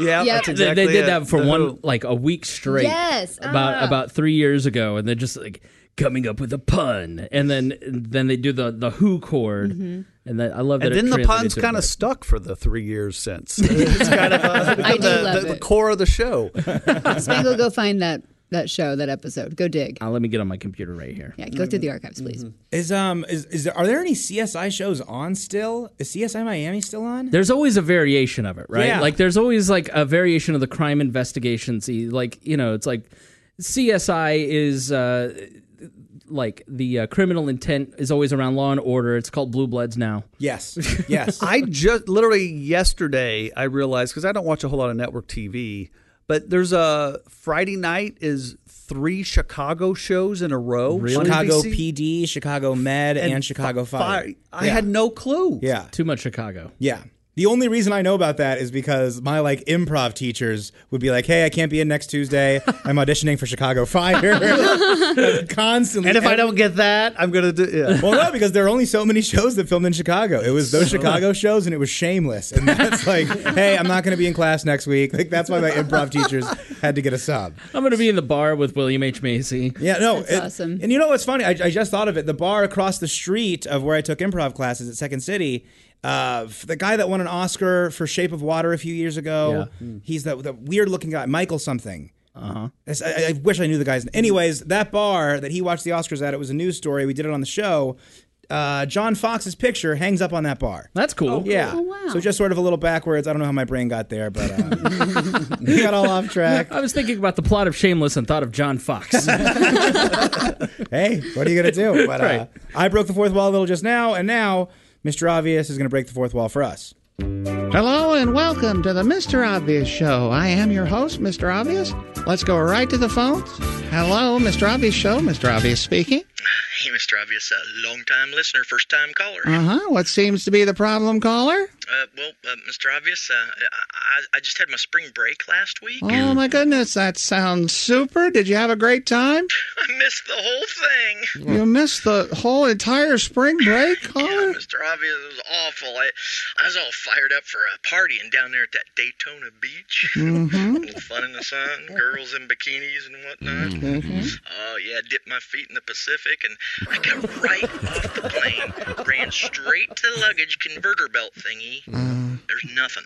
[SPEAKER 5] Yep.
[SPEAKER 4] that's
[SPEAKER 3] They-
[SPEAKER 4] exactly
[SPEAKER 3] they did
[SPEAKER 4] it.
[SPEAKER 3] that for
[SPEAKER 4] The
[SPEAKER 3] one
[SPEAKER 4] who-
[SPEAKER 3] like a week straight.
[SPEAKER 5] Yes,
[SPEAKER 3] about
[SPEAKER 5] ah.
[SPEAKER 3] about three years ago, and they're just like coming up with a pun, and then then they do the the who chord,
[SPEAKER 5] Mm-hmm.
[SPEAKER 3] and then I love that.
[SPEAKER 4] And
[SPEAKER 3] it
[SPEAKER 4] then the
[SPEAKER 3] translated
[SPEAKER 4] pun's
[SPEAKER 3] to
[SPEAKER 4] kind of
[SPEAKER 3] that.
[SPEAKER 4] stuck for the three years since. <laughs> It's kind of
[SPEAKER 5] <laughs>
[SPEAKER 4] uh,
[SPEAKER 5] I
[SPEAKER 4] become
[SPEAKER 5] do
[SPEAKER 4] the,
[SPEAKER 5] love
[SPEAKER 4] the- the
[SPEAKER 5] it.
[SPEAKER 4] core of the
[SPEAKER 3] <laughs>
[SPEAKER 4] show.
[SPEAKER 3] Uh,
[SPEAKER 5] <laughs> Spangle, go find that that show, that episode. Go dig.
[SPEAKER 3] Now, let me get on my computer right here.
[SPEAKER 5] Yeah, go through the archives, please.
[SPEAKER 2] Is um is, is there are there any CSI shows on still? Is CSI Miami still on?
[SPEAKER 3] There's always a variation of it, right?
[SPEAKER 2] Yeah.
[SPEAKER 3] Like there's always like a variation of the crime investigations. E, Like you know, it's like CSI is uh, like the uh, criminal intent is always around Law and Order. It's called Blue Bloods now. <laughs>
[SPEAKER 2] Yes. Yes.
[SPEAKER 4] I just literally yesterday I realized because I don't watch a whole lot of network TV, but there's a Friday night is three Chicago shows in a row. on
[SPEAKER 2] Chicago
[SPEAKER 4] NBC.
[SPEAKER 2] PD, Chicago Med, and,
[SPEAKER 4] And
[SPEAKER 2] Chicago
[SPEAKER 4] fi-
[SPEAKER 2] Fire.
[SPEAKER 4] I had no clue.
[SPEAKER 2] Yeah.
[SPEAKER 3] Too much Chicago.
[SPEAKER 2] Yeah. The only reason I know about that is because my like improv teachers would be like, "Hey, I can't be in next Tuesday. <laughs> I'm auditioning for Chicago <laughs> Fire." Constantly.
[SPEAKER 4] And if I don't get that, I'm gonna do. Yeah.
[SPEAKER 2] well, no, because there are only so many shows that filmed in Chicago. It was those
[SPEAKER 4] So-
[SPEAKER 2] Chicago shows, and it was shameless. And that's <laughs> like, hey, I'm not going to be in class next week. Like that's why my improv teachers had to get a sub.
[SPEAKER 3] I'm gonna be in the bar with William H Macy.
[SPEAKER 2] Yeah, no, it's awesome. And you know what's funny? I, I just thought of it. The bar across the street of where I took improv classes at Second City, uh, f- the guy that won an Oscar for Shape of Water a few years ago. He's the, the weird looking guy, Michael something. Uh huh. I, I wish I knew the guy's. Anyways, that bar that he watched the Oscars at, it was a news story. We did it on the show. Uh, John Fox's picture hangs up on that bar.
[SPEAKER 3] That's cool. Oh,
[SPEAKER 2] yeah.
[SPEAKER 3] cool. Oh, wow.
[SPEAKER 2] So just sort of a little backwards. I don't know how my brain got there, but um, we got all
[SPEAKER 3] <laughs>
[SPEAKER 2] off track.
[SPEAKER 3] I was thinking about the plot of Shameless and thought of John
[SPEAKER 2] <laughs>
[SPEAKER 3] Fox.
[SPEAKER 2] hey, what are you going to do? But uh,
[SPEAKER 3] Right.
[SPEAKER 2] I broke the fourth wall a little just now, and now Mr. Obvious is going to break the fourth wall for us.
[SPEAKER 13] Hello and welcome to the Mr. Obvious Show. I am your host, Mr. Obvious. Let's go right to the phones. Hello, Mr. Obvious Show. Mr. Obvious speaking.
[SPEAKER 14] Hey, Mr. Obvious, uh, long time listener, first time caller.
[SPEAKER 13] Uh huh. What seems to be the problem, caller?
[SPEAKER 14] Uh, well, uh, Mr. Obvious, uh, I, I- I just had my spring break last week.
[SPEAKER 13] Oh my goodness, that sounds super. Did you have a great time?
[SPEAKER 14] I missed the whole thing.
[SPEAKER 13] You missed the whole entire spring break, caller?
[SPEAKER 14] Mr. Obvious, it was awful. I, I was all fired up for a party and down there at that Daytona Beach.
[SPEAKER 13] Mhm.
[SPEAKER 9] Mm-hmm.
[SPEAKER 14] A little fun in the sun, girls in bikinis and whatnot.
[SPEAKER 9] Mm-hmm.
[SPEAKER 13] Mhm.
[SPEAKER 14] Oh, yeah, dipped my feet in the Pacific and I got right off the plane, ran straight to the luggage converter belt thingy.
[SPEAKER 13] Uh.
[SPEAKER 14] There's nothing.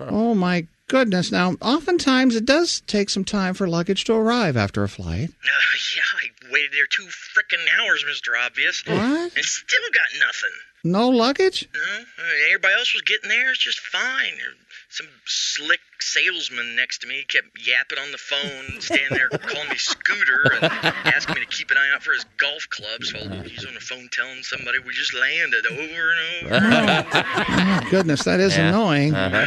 [SPEAKER 13] Oh my goodness. Now, oftentimes it does take some time for luggage to arrive after a flight.
[SPEAKER 14] Uh, yeah, I waited there two frickin' hours, Mr. Obvious.
[SPEAKER 13] What?
[SPEAKER 14] And still got nothing.
[SPEAKER 13] No luggage?
[SPEAKER 14] No, Uh, everybody else was getting theirs just fine. Some slick salesman next to me kept yapping on the phone, standing there calling me Scooter and asking me to keep an eye out for his golf clubs while he's on the phone telling somebody we just landed over and over.
[SPEAKER 13] <laughs> oh, goodness, that is
[SPEAKER 14] Yeah.
[SPEAKER 13] annoying.
[SPEAKER 14] Uh-huh.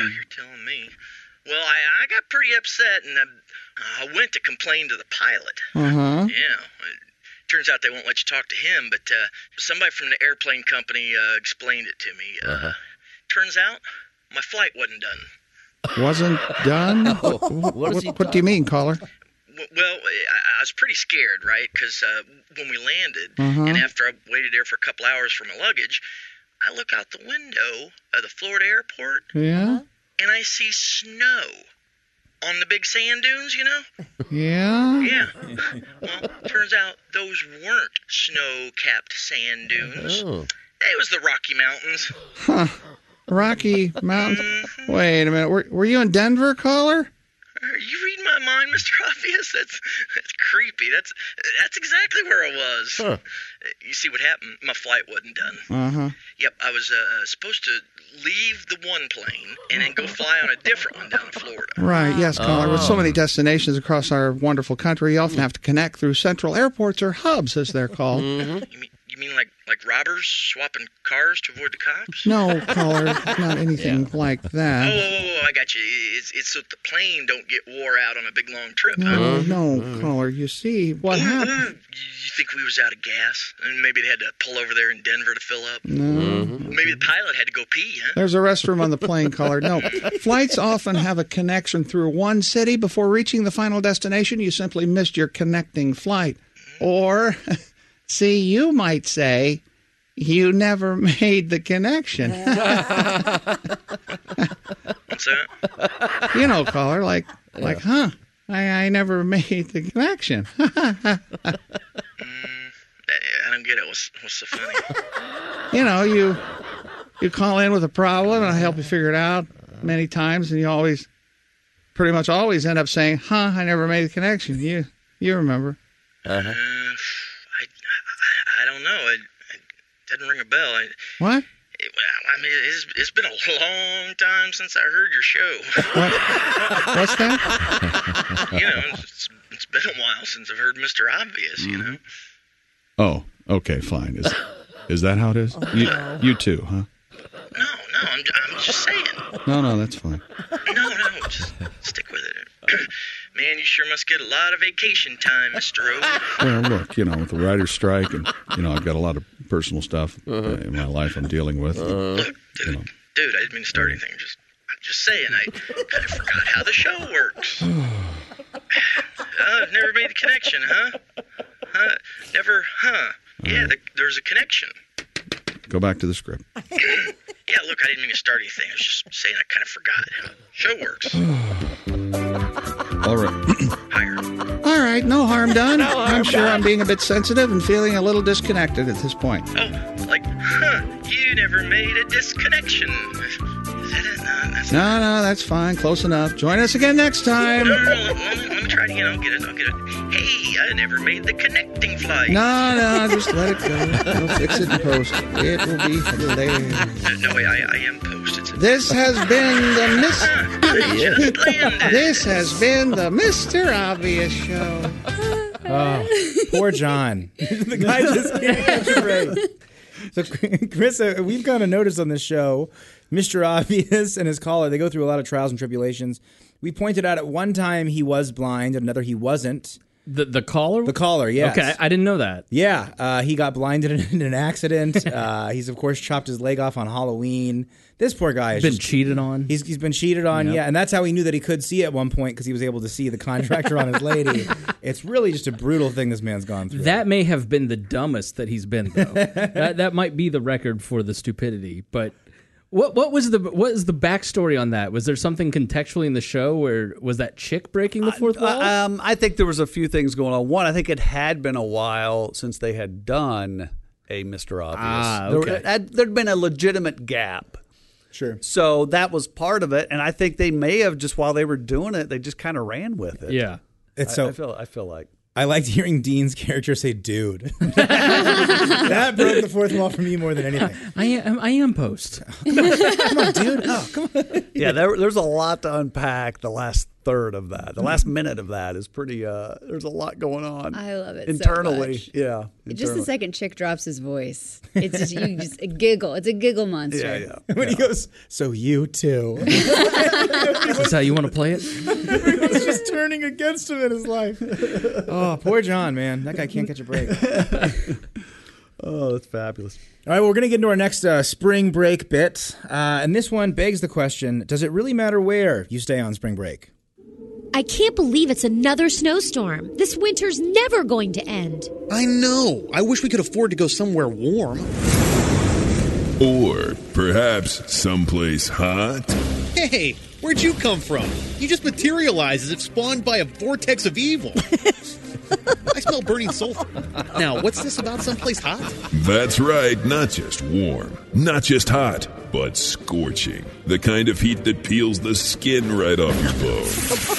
[SPEAKER 14] Well, I, I got pretty upset and I, I went to complain to the pilot. Yeah.
[SPEAKER 13] Uh-huh.
[SPEAKER 14] It turns out they won't let you talk to him, but uh, somebody from the airplane company uh, explained it to me. Uh, Turns out my flight wasn't done.
[SPEAKER 13] Wasn't
[SPEAKER 14] <laughs>
[SPEAKER 13] done?
[SPEAKER 14] No.
[SPEAKER 13] What, what-
[SPEAKER 14] Oh, What is he
[SPEAKER 13] what- what do you mean, caller?
[SPEAKER 14] W- Well, I I was pretty scared, right? Because uh, when we landed,
[SPEAKER 13] Uh-huh.
[SPEAKER 14] and after I waited there for a couple hours for my luggage, I look out the window of the Florida airport
[SPEAKER 13] Yeah?
[SPEAKER 14] and I see snow on the big sand dunes, you know?
[SPEAKER 13] Yeah?
[SPEAKER 14] Yeah. Well, turns out those weren't snow capped sand dunes.
[SPEAKER 13] Oh.
[SPEAKER 14] It was the Rocky Mountains.
[SPEAKER 13] Huh. Rocky Mountain. Wait a minute. Were, were you in Denver, caller?
[SPEAKER 14] Are you reading my mind, Mr. <laughs> Obvious? That's that's creepy. That's that's exactly where I was.
[SPEAKER 13] Huh.
[SPEAKER 14] You see what happened? My flight wasn't done.
[SPEAKER 13] Uh-huh.
[SPEAKER 14] Yep, I was uh, supposed to leave the one plane and then go fly on a different one down to Florida.
[SPEAKER 13] Right, yes, caller. With so
[SPEAKER 14] Oh.
[SPEAKER 13] many destinations across our wonderful country, you often have to connect through central airports or hubs, as they're called.
[SPEAKER 14] You mean you mean like like robbers swapping cars to avoid the cops?
[SPEAKER 13] No, caller,
[SPEAKER 14] <laughs>
[SPEAKER 13] not anything like
[SPEAKER 14] Oh,
[SPEAKER 13] that.
[SPEAKER 14] oh, oh, I got you. It's, it's so the plane don't get wore out on a big long trip. Mm-hmm.
[SPEAKER 13] No,
[SPEAKER 14] huh?
[SPEAKER 13] no, caller. You see what happened?
[SPEAKER 14] You think we was out of gas? And maybe they had to pull over there in Denver to fill up.
[SPEAKER 13] No. Mhm.
[SPEAKER 14] Maybe the pilot had to go pee, huh?
[SPEAKER 13] There's a restroom on the plane, caller. No, flights often have a connection through one city before reaching the final destination. You simply missed your connecting flight, or <laughs> see, you might say. You never <laughs> made the
[SPEAKER 14] <laughs>
[SPEAKER 13] connection.
[SPEAKER 14] What's that?
[SPEAKER 13] you know, caller, like, like, huh? I, I never <laughs> made the connection. <laughs>
[SPEAKER 14] I, I don't get it. What's what's so
[SPEAKER 13] <laughs>
[SPEAKER 14] funny?
[SPEAKER 13] you know, you you call in with a problem and I help you figure it out many times, and you always, pretty much always, end up saying, "Huh? I never made the connection." You you remember?
[SPEAKER 14] Uh, I, I I don't know. It, it doesn't ring a bell. I,
[SPEAKER 13] What?
[SPEAKER 14] it, well, I mean, it's, it's been a long time since I heard your show.
[SPEAKER 13] What? What's that?
[SPEAKER 14] you know, it's, it's been a while since I've heard Mr. Obvious, you know?
[SPEAKER 1] Oh, okay, fine. Is, is that how it is? You, you too, huh?
[SPEAKER 14] No, no, I'm, I'm just saying.
[SPEAKER 13] No, no,
[SPEAKER 14] <sighs>
[SPEAKER 13] that's fine.
[SPEAKER 14] <laughs> No, no, just stick with it. <clears throat> Man, you sure must get a lot of vacation time, Mr. O.
[SPEAKER 1] Well, look, you know, with the writer's strike, and you know, I've got a lot of personal stuff uh, in my life I'm dealing with. you know.
[SPEAKER 14] Dude, I didn't mean to start anything. Just, I'm just saying, I kind of forgot how the show works. Uh, never made the connection, huh? Huh? Never, huh? Yeah, the, there's a connection. <clears throat>
[SPEAKER 1] Go back to the
[SPEAKER 2] <laughs>
[SPEAKER 1] script.
[SPEAKER 14] yeah, look, I didn't mean to start anything. I was just saying I kind of forgot how the show works.
[SPEAKER 1] All right.
[SPEAKER 13] All right, no harm done.
[SPEAKER 14] <laughs> No harm
[SPEAKER 13] I'm sure
[SPEAKER 14] done.
[SPEAKER 13] I'm being a bit sensitive and feeling a little disconnected at this point.
[SPEAKER 14] Oh, like, huh? You never made a disconnection. Is that it? No, that's
[SPEAKER 13] No, no, that's fine. Close enough. Join us again next time.
[SPEAKER 14] No, no, no, let, let me, let me try it again. I'll get it. I'll get it. Hey, I never made the connecting flight.
[SPEAKER 13] No, no, just let it go. We'll fix it in post. It will be hilarious.
[SPEAKER 14] Uh, <laughs> No, wait, I, I am post. It's
[SPEAKER 13] This has been the
[SPEAKER 14] Mr.
[SPEAKER 13] this has been the Mr. Obvious Show.
[SPEAKER 2] Oh, <laughs> poor John. <laughs> the guy just can't catch a
[SPEAKER 9] <laughs>
[SPEAKER 2] break. So, Chris, uh, we've kind of noticed on this show, Mr. Obvious and his caller, they go through a lot of trials and tribulations. We pointed out at one time he was blind, at another he wasn't.
[SPEAKER 3] The the caller?
[SPEAKER 2] The caller, Oh, yes.
[SPEAKER 3] Okay, I didn't know that.
[SPEAKER 2] Yeah, uh, he got blinded <laughs> in an accident. Uh, he's of course chopped his leg off on Halloween. This poor guy has
[SPEAKER 3] Been
[SPEAKER 2] cheated on. He's he's been cheated on.
[SPEAKER 3] Yep.
[SPEAKER 2] Yeah, and that's how he knew that he could see at one point because he was able to see the contractor on
[SPEAKER 3] <laughs>
[SPEAKER 2] his lady. It's really just a brutal thing this man's gone through.
[SPEAKER 3] That may have been the dumbest that he's been though. that that might be the record for the stupidity, but what what was the what is the backstory on that? Was there something contextually in the show where was that chick breaking the fourth wall?
[SPEAKER 4] Uh, um, I think there was a few things going on. One, I think it had been a while since they had done a Mr. Obvious.
[SPEAKER 3] Ah,
[SPEAKER 4] There-
[SPEAKER 3] okay.
[SPEAKER 4] had- there'd been a legitimate gap.
[SPEAKER 2] Sure.
[SPEAKER 4] So that was part of it, and I think they may have just while they were doing it, they just kind of ran with it.
[SPEAKER 3] Yeah.
[SPEAKER 4] It's
[SPEAKER 2] It's
[SPEAKER 4] I,
[SPEAKER 2] so-
[SPEAKER 4] I feel I feel like
[SPEAKER 2] I liked hearing Dean's character say "dude." <laughs> that broke the fourth wall for me more than anything.
[SPEAKER 3] <laughs> I am. I am post.
[SPEAKER 2] <laughs> Come on, dude. Oh, come on.
[SPEAKER 4] yeah, there, there's a lot to unpack. The last third of that, the last minute of that, is pretty. Uh, there's a lot going on.
[SPEAKER 5] I love it so
[SPEAKER 4] internally.
[SPEAKER 5] much.
[SPEAKER 4] Yeah,
[SPEAKER 5] Just the
[SPEAKER 4] internally.
[SPEAKER 5] second chick drops his voice, it's just you just a giggle. It's a giggle monster.
[SPEAKER 2] when he goes, so you too.
[SPEAKER 3] <laughs> Is this how you want to play it?
[SPEAKER 2] Everyone's just turning against him in his life. Oh, poor John, man. That guy can't catch a break.
[SPEAKER 4] <laughs> Oh, that's fabulous.
[SPEAKER 2] All right, well, we're going to get into our next uh, spring break bit. Uh, and this one begs the question Does it really matter where you stay on spring
[SPEAKER 3] <laughs>
[SPEAKER 2] break?
[SPEAKER 15] I can't believe it's another snowstorm. This winter's never going to end.
[SPEAKER 16] <laughs> I know. I wish we could afford to go somewhere warm.
[SPEAKER 17] Or perhaps someplace hot?
[SPEAKER 16] Hey, where'd you come from? You just materialize as if spawned by a vortex of
[SPEAKER 2] <laughs>
[SPEAKER 16] evil. I smell burning sulfur. Now, what's this about someplace hot?
[SPEAKER 17] That's right, not just warm, not just hot, but scorching. The kind of heat that peels the skin right off your bone.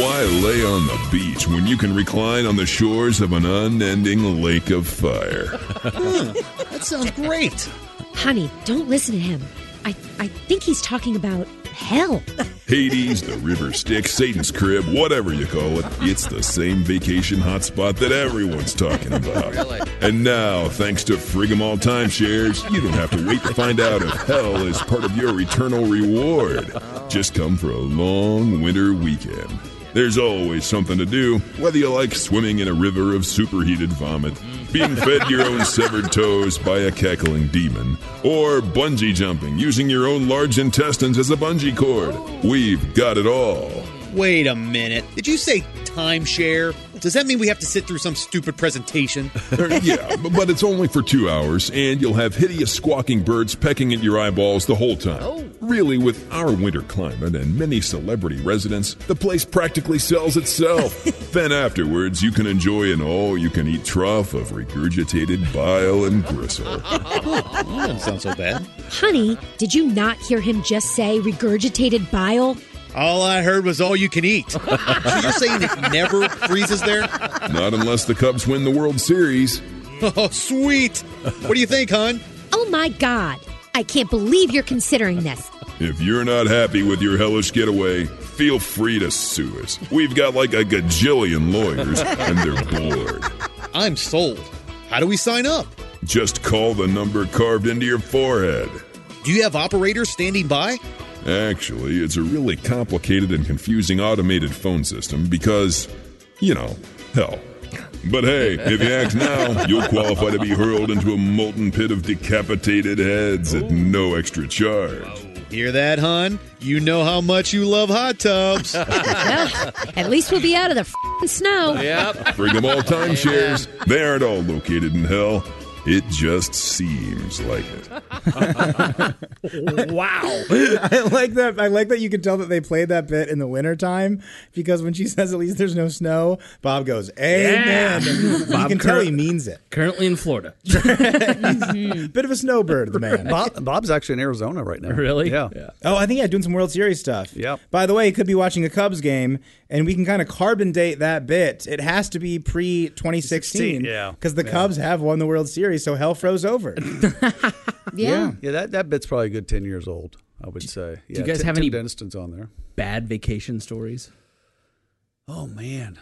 [SPEAKER 17] Why lay on the beach when you can recline on the shores of an unending lake of fire?
[SPEAKER 15] Hmm. that
[SPEAKER 16] sounds great.
[SPEAKER 15] Honey, don't listen to him. I, I think he's talking about hell.
[SPEAKER 17] Hades, the River Styx, Satan's Crib, whatever you call it, it's the same vacation hotspot that everyone's talking about.
[SPEAKER 18] Really?
[SPEAKER 17] And now, thanks to Frigam All Timeshares, you don't have to wait to find out if hell is part of your eternal reward. Just come for a long winter weekend. There's always something to do, whether you like swimming in a river of superheated vomit, being fed your own severed toes by a cackling demon, or bungee jumping using your own large intestines as a bungee cord. We've got it all. <laughs>
[SPEAKER 16] Wait a minute. Did you say timeshare? Does that mean we have to sit through some stupid presentation?
[SPEAKER 17] Er, yeah, b- but it's only for two hours, and you'll have hideous squawking birds pecking at your eyeballs the whole time. Really, with our winter climate and many celebrity residents, the place practically sells itself. then afterwards, you can enjoy an all you can eat trough of regurgitated bile and
[SPEAKER 16] <laughs>
[SPEAKER 17] gristle.
[SPEAKER 16] doesn't sound so bad.
[SPEAKER 15] Honey, did you not hear him just say regurgitated bile?
[SPEAKER 16] All I heard was all you can eat. so you're saying it never freezes there? <laughs>
[SPEAKER 17] Not unless the Cubs win the World Series.
[SPEAKER 16] Oh, sweet. What do you think, hon?
[SPEAKER 15] Oh my God. I can't believe you're considering this.
[SPEAKER 17] If you're not happy with your hellish getaway, feel free to sue us. We've got like a gajillion lawyers, and they're bored.
[SPEAKER 16] I'm sold. How do we sign up?
[SPEAKER 17] Just call the number carved into your forehead.
[SPEAKER 16] Do you have operators standing by?
[SPEAKER 17] Actually, it's a really complicated and confusing automated phone system because, you know, hell. But hey, if you act now, you'll qualify to be hurled into a molten pit of decapitated heads at no extra charge.
[SPEAKER 16] Hear that, hon? You know how much you love hot
[SPEAKER 4] <laughs>
[SPEAKER 16] tubs.
[SPEAKER 15] At least we'll be out of the fing snow.
[SPEAKER 17] Freedom all timeshares. They aren't all located in hell. It just seems like it.
[SPEAKER 2] wow. <laughs> I like that. I like that you can tell that they played that bit in the wintertime because when she <laughs> says at least there's no snow, Bob goes, Amen.
[SPEAKER 3] Yeah.
[SPEAKER 2] <laughs> You
[SPEAKER 3] Bob
[SPEAKER 2] can tell
[SPEAKER 3] Kerr-
[SPEAKER 2] he means it.
[SPEAKER 3] Currently
[SPEAKER 4] <laughs>
[SPEAKER 3] in Florida.
[SPEAKER 2] <laughs>
[SPEAKER 4] Mm-hmm.
[SPEAKER 2] Bit of a snowbird, the man.
[SPEAKER 4] Bob, Bob's actually in Arizona right now.
[SPEAKER 3] Really?
[SPEAKER 4] Yeah.
[SPEAKER 2] Oh, I think yeah, doing some World Series stuff. Yeah. By the way, he could be watching a Cubs game, and we can kind of carbon date that bit. It has to be pre 2016,
[SPEAKER 4] yeah.
[SPEAKER 2] because the
[SPEAKER 4] Yeah.
[SPEAKER 2] Cubs have won the World Series, so hell froze
[SPEAKER 3] <laughs>
[SPEAKER 2] over.
[SPEAKER 4] Yeah. Yeah, that, that bit's probably a good 10 years old, I would say. Yeah,
[SPEAKER 3] Do you guys
[SPEAKER 4] Tim-
[SPEAKER 3] have
[SPEAKER 4] Tim
[SPEAKER 3] any
[SPEAKER 4] Dunstan's on there?
[SPEAKER 3] Bad vacation stories.
[SPEAKER 4] Oh man,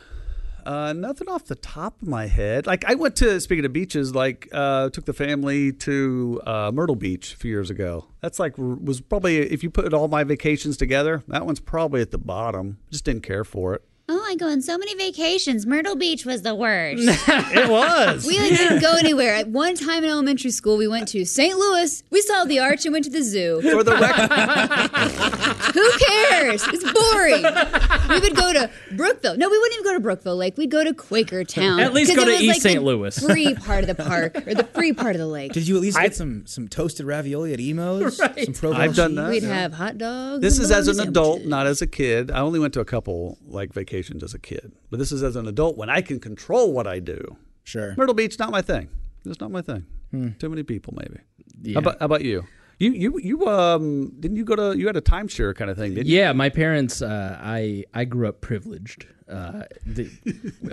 [SPEAKER 4] uh, nothing off the top of my head. Like I went to speaking of beaches, like uh, took the family to uh, Myrtle Beach a few years ago. That's like r- was probably if you put all my vacations together, that one's probably at the bottom. Just didn't care for it.
[SPEAKER 5] <laughs> Oh, I go on so many vacations. Myrtle Beach was the <laughs> worst.
[SPEAKER 4] It was.
[SPEAKER 5] We like, didn't go anywhere. At one time in elementary school, we went to St. Louis. We saw the arch and went to the zoo.
[SPEAKER 4] For the
[SPEAKER 5] <laughs> Who cares? It's boring. We would go to Brookville. No, we wouldn't even go to Brookville. Like we'd go to Quaker Town.
[SPEAKER 2] At least
[SPEAKER 5] 'Cause
[SPEAKER 2] go
[SPEAKER 5] it
[SPEAKER 2] to
[SPEAKER 5] was,
[SPEAKER 2] East
[SPEAKER 5] like, the
[SPEAKER 2] St. Louis.
[SPEAKER 5] Free part of the park or the free part of the lake.
[SPEAKER 2] Did you at least get some some toasted ravioli at
[SPEAKER 3] <laughs>
[SPEAKER 2] Emo's? Some provolone
[SPEAKER 4] I've done
[SPEAKER 2] cheese?
[SPEAKER 4] that.
[SPEAKER 5] We'd have hot dogs.
[SPEAKER 4] This
[SPEAKER 5] and
[SPEAKER 4] is as an
[SPEAKER 5] bologna
[SPEAKER 4] adult, not as a kid. I only went to a couple like vacations as a kid, but this is as an adult when I can control what I do.
[SPEAKER 2] Sure. Hmm.
[SPEAKER 4] Myrtle Beach, not my thing. It's not my thing. Too many people, maybe.
[SPEAKER 3] Yeah.
[SPEAKER 4] How, about, how about you? You you you um didn't you go to you had a timeshare kind of thing, didn't you?
[SPEAKER 3] Yeah, my parents. Uh, I I grew up privileged. Uh, the,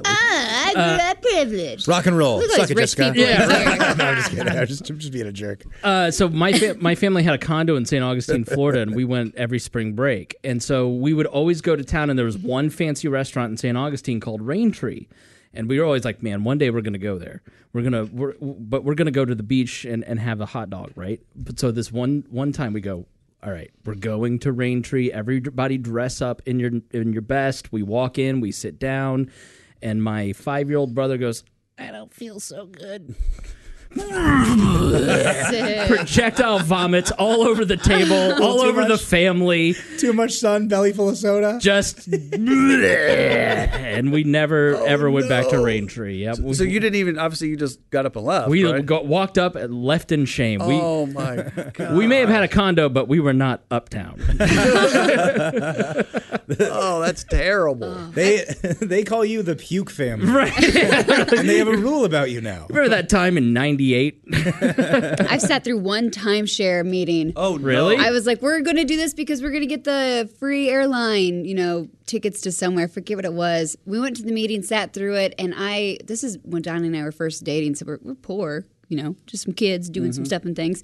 [SPEAKER 18] Ah, I grew
[SPEAKER 3] Uh,
[SPEAKER 18] up privileged.
[SPEAKER 3] Rock and roll.
[SPEAKER 18] Look at
[SPEAKER 3] Suck
[SPEAKER 18] those
[SPEAKER 3] it,
[SPEAKER 18] rich
[SPEAKER 3] Jessica.
[SPEAKER 18] people
[SPEAKER 3] <laughs> Yeah,
[SPEAKER 18] right
[SPEAKER 3] right.
[SPEAKER 18] here.
[SPEAKER 2] <laughs> no, I'm just kidding. I'm just, I'm just being a jerk.
[SPEAKER 3] Uh, so my fa- my family had a condo in St. Augustine, Florida, and we went every spring break. And so we would always go to town, and there was one fancy restaurant in St. Augustine called Rain Tree, and we were always like, "Man, one day we're gonna go there. We're gonna, we're, but we're gonna go to the beach and, and have a hot dog, right?" But so this one one time we go. All right, we're going to Rain Tree. Everybody dress up in your in your best. We walk in, we sit down, and my five year old brother goes, I don't feel so good. <laughs> projectile vomits all over
[SPEAKER 4] <laughs>
[SPEAKER 3] the table, all
[SPEAKER 2] Too
[SPEAKER 3] over the
[SPEAKER 2] much.
[SPEAKER 3] family.
[SPEAKER 2] Too much sun, belly full of soda.
[SPEAKER 3] Just and we never ever went back to Rain Tree. Yep.
[SPEAKER 4] Oh, So you didn't even obviously you just got up and left.
[SPEAKER 3] we
[SPEAKER 4] right?
[SPEAKER 3] got, walked up and left in shame. We, <laughs>
[SPEAKER 4] Oh my god.
[SPEAKER 3] we may have had a condo, but we were not
[SPEAKER 4] <laughs>
[SPEAKER 3] uptown.
[SPEAKER 4] <laughs>
[SPEAKER 3] <laughs>
[SPEAKER 4] oh, that's terrible.
[SPEAKER 2] They <laughs> they call you the puke family,
[SPEAKER 3] right?
[SPEAKER 2] <laughs> and they have a rule about you now.
[SPEAKER 3] Remember that time in '98?
[SPEAKER 5] <laughs> I've sat through one timeshare meeting.
[SPEAKER 4] Oh,
[SPEAKER 3] Really?
[SPEAKER 5] I was like, we're going to do this because we're going to get the free airline, you know, tickets to somewhere. I forget what it was. We went to the meeting, sat through it, and I, this is when Donnie and I were first dating, so we're, we're poor, you know, just some kids doing some
[SPEAKER 18] Mhm.
[SPEAKER 5] stuff and things.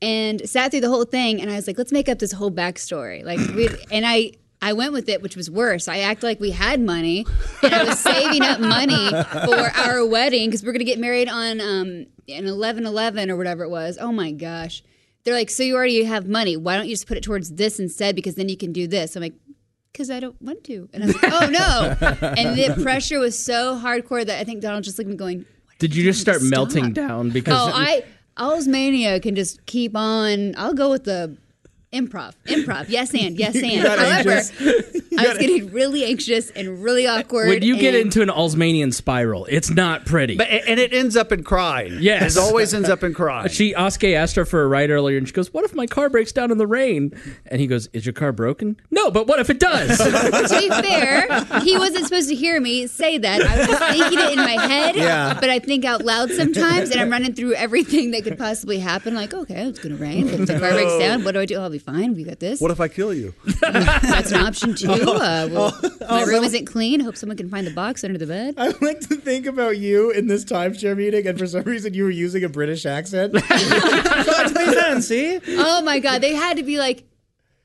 [SPEAKER 5] And sat through the whole thing, and I was like, let's make up this whole backstory. Like, we, and I, I went with it, which was worse. I acted like we had money, and I was saving up money for our wedding because we're gonna get married on um an eleven eleven or whatever it was. Oh my gosh! They're like, so you already have money. Why don't you just put it towards this instead? Because then you can do this. I'm like, because I don't want to. And I'm like, oh
[SPEAKER 3] <laughs>
[SPEAKER 5] no! And the pressure was so hardcore that I think Donald just looked at me going,
[SPEAKER 3] Did you just start melting down because
[SPEAKER 5] oh I Owls Mania can just keep on. I'll go with the. Improv, improv, yes and yes and.
[SPEAKER 3] You got
[SPEAKER 5] However,
[SPEAKER 3] anxious.
[SPEAKER 5] I was getting really anxious and really awkward.
[SPEAKER 3] when you get
[SPEAKER 5] and-
[SPEAKER 3] into an Alsmanian spiral, it's not pretty.
[SPEAKER 4] But and it ends up in crying.
[SPEAKER 3] Yes.
[SPEAKER 4] It always ends up in crying.
[SPEAKER 3] She Oske asked her for a ride earlier, and she goes, "What if my car breaks down in the rain?" And he goes, "Is your car
[SPEAKER 5] <laughs>
[SPEAKER 3] broken?" No, but what if it does?
[SPEAKER 5] to be fair, he wasn't supposed to hear me say that. I was just thinking it in my head,
[SPEAKER 3] Yeah.
[SPEAKER 5] but I think out loud sometimes, and I'm running through everything that could possibly happen. Like, okay, it's gonna rain. If the car breaks down, what do I do? I'll be fine. We got this.
[SPEAKER 4] What if I kill you?
[SPEAKER 5] That's an option
[SPEAKER 3] <laughs>
[SPEAKER 5] too. Uh, well, my
[SPEAKER 2] oh,
[SPEAKER 5] room
[SPEAKER 2] so-
[SPEAKER 5] isn't clean. Hope someone can find the box under the bed.
[SPEAKER 2] I like to think about you in this timeshare meeting, and for some reason you were using a British accent. see?
[SPEAKER 5] Oh my god, they had to be like,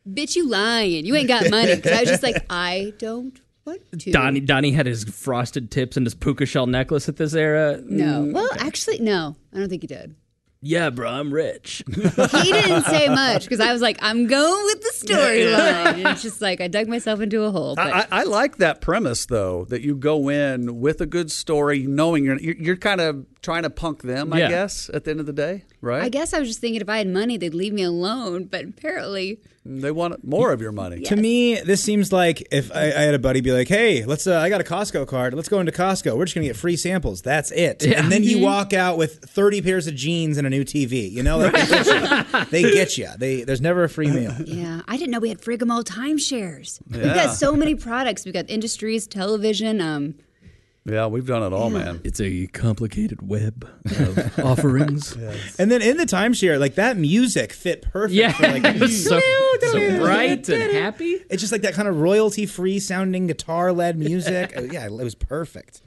[SPEAKER 5] "Bitch, you lying? You ain't got money." 'Cause I was just like, I don't want to.
[SPEAKER 3] Donnie Donnie had his frosted tips and his puka shell necklace at this era. Mm,
[SPEAKER 5] No.
[SPEAKER 4] Mm.
[SPEAKER 5] Well, actually, no. I don't think he did.
[SPEAKER 3] Yeah, bro, I'm rich.
[SPEAKER 5] he didn't say
[SPEAKER 3] <laughs>
[SPEAKER 5] much because I was like, I'm going with the
[SPEAKER 4] Yeah.
[SPEAKER 5] storyline. And It's just like I dug myself into a hole. But
[SPEAKER 4] I, I, I like that premise though that you go in with a good story, knowing you're you're, you're kind of trying to punk them. I
[SPEAKER 5] Yeah.
[SPEAKER 4] guess at the end of the day, right?
[SPEAKER 5] I guess I was just thinking if I had money, they'd leave me alone. But apparently,
[SPEAKER 4] they want more of your money.
[SPEAKER 2] To me, this seems like if I, I had a buddy be like, "Hey, let's uh, I got a Costco card. Let's go into Costco. We're just gonna get free samples. That's it."
[SPEAKER 3] Yeah.
[SPEAKER 2] And then you
[SPEAKER 3] Mhm.
[SPEAKER 2] walk out with thirty pairs of jeans and a new TV. You know, like, they get you. They get you. They there's never a free meal.
[SPEAKER 5] yeah, I didn't know we had Frigamo timeshares. We've
[SPEAKER 4] Yeah.
[SPEAKER 5] got so many products. We've got industries, television. Um,
[SPEAKER 4] Yeah, we've done it all, man.
[SPEAKER 3] It's a complicated web of <laughs> offerings.
[SPEAKER 2] And then in the timeshare, like that music fit perfect.
[SPEAKER 3] Yeah, <laughs>
[SPEAKER 2] for, like,
[SPEAKER 3] it was so- so bright and happy.
[SPEAKER 2] It's just like that kind of royalty free sounding guitar led music.
[SPEAKER 3] <laughs>
[SPEAKER 2] Uh, yeah, it was perfect.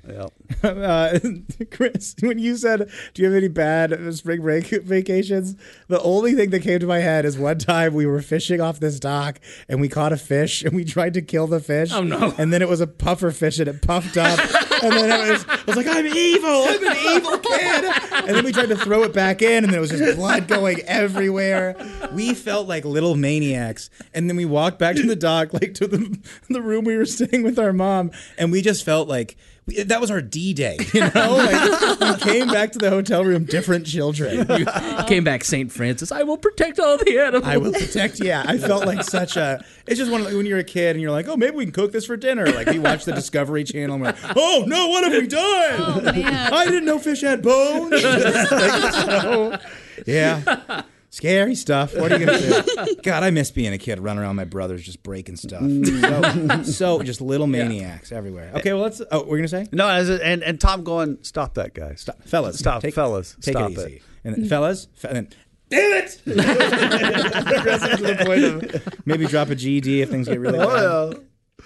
[SPEAKER 2] Uh, <laughs> Chris, when you said, "Do you have any bad uh, spring break <laughs> vacations?" The only thing that came to my head is one time we were fishing off this dock and we caught a fish and we tried to kill the fish.
[SPEAKER 3] Oh, no.
[SPEAKER 2] And then it was a puffer fish and it puffed
[SPEAKER 3] <laughs>
[SPEAKER 2] up. and then it was, I was like, "I'm evil. I'm an evil kid." And then we tried to throw it back in, and there was just blood going everywhere. We felt like little maniacs. And then we walked back to the dock, like to the, the room we were staying with our mom, and we just felt like we, that was our D day. You know, like, we came back to the hotel room, different children.
[SPEAKER 3] You came back St. Francis. I will protect all the animals.
[SPEAKER 2] I will protect. Yeah, I felt like such a. It's just one of like when you're a kid and you're like, oh, maybe we can cook this for dinner. Like we watch the Discovery Channel. And we're like, oh no, what have we done? I didn't know fish had bones. Like, so, yeah, scary stuff. What are you gonna do? God, I miss being a kid, running around with my brothers, just breaking stuff. So, so just little maniacs everywhere. Okay, well let's. Oh, we're gonna say
[SPEAKER 4] no, as a- and and Tom going, stop that guy, stop,
[SPEAKER 2] fellas,
[SPEAKER 4] stop, fellas,
[SPEAKER 2] take
[SPEAKER 4] stop
[SPEAKER 2] it easy. And then, fellas, fe- and then, Damn it! Progressive to the point of <laughs> maybe drop a GED if things get really bad.
[SPEAKER 4] Oh,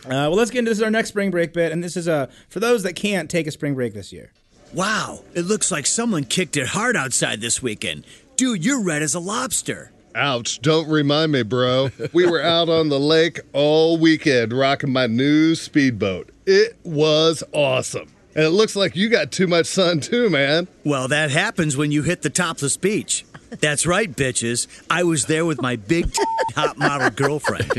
[SPEAKER 2] Uh, well, let's get into this is our next spring break bit, and this is uh, for those that can't take a spring break this year.
[SPEAKER 19] Wow, it looks like someone kicked it hard outside this weekend. Dude, you're red as a lobster.
[SPEAKER 20] Ouch, don't remind me, bro. We were out on the lake all weekend rocking my new speedboat. It was awesome. And it looks like you got too much sun, too, man.
[SPEAKER 19] Well, that happens when you hit the topless beach. That's right, bitches. I was there with my big <laughs> hot
[SPEAKER 20] <laughs>
[SPEAKER 19] model girlfriend.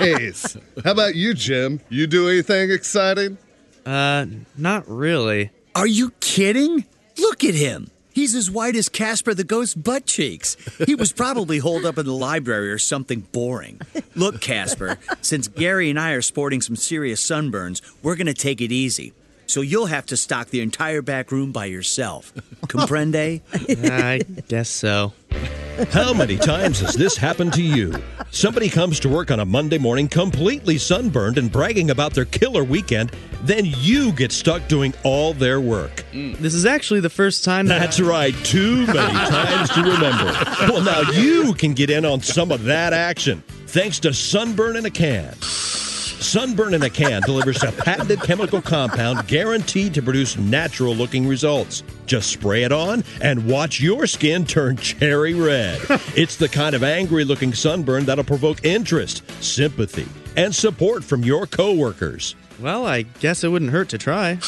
[SPEAKER 20] Nice. How about you, Jim? You do anything exciting?
[SPEAKER 19] Uh, not really. Are you kidding? Look at him. He's as white as Casper the Ghost's butt cheeks. He was probably holed up in the library or something boring. Look, Casper, since Gary and I are sporting some serious sunburns, we're going to take it easy. So you'll have to stock the entire back room by yourself.
[SPEAKER 20] <laughs>
[SPEAKER 19] Comprende?
[SPEAKER 21] <laughs> I guess so. How many times has this happened to you? Somebody comes to work on a Monday morning completely sunburned and bragging about their killer weekend, then you get stuck doing all their work. Mm. This is actually the first time. That's right, too <laughs> many times to remember. Well, now you can get in on some of that action thanks to Sunburn in a Can. Sunburn in a Can delivers a patented chemical compound guaranteed to produce natural looking results. Just spray it on and watch your skin turn cherry red. It's the kind of angry looking sunburn that'll provoke interest, sympathy, and support from your coworkers. Well, I guess it wouldn't hurt to try.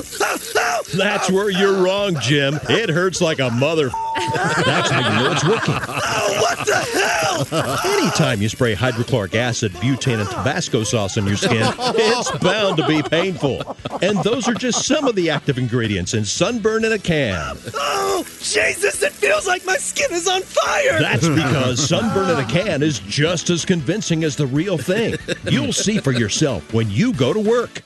[SPEAKER 21] That's where you're wrong, Jim. It hurts like a mother. That's how you know it's working. Oh, what the hell? Anytime you spray hydrochloric acid, butane, and Tabasco sauce on your skin, it's bound to be painful. And those are just some of the active ingredients in sunburn in a can.
[SPEAKER 19] Oh, Jesus, it feels like my skin is on fire!
[SPEAKER 21] That's because sunburn
[SPEAKER 2] <laughs>
[SPEAKER 21] in a can is just as convincing as the real thing. You'll see for yourself when you go to work.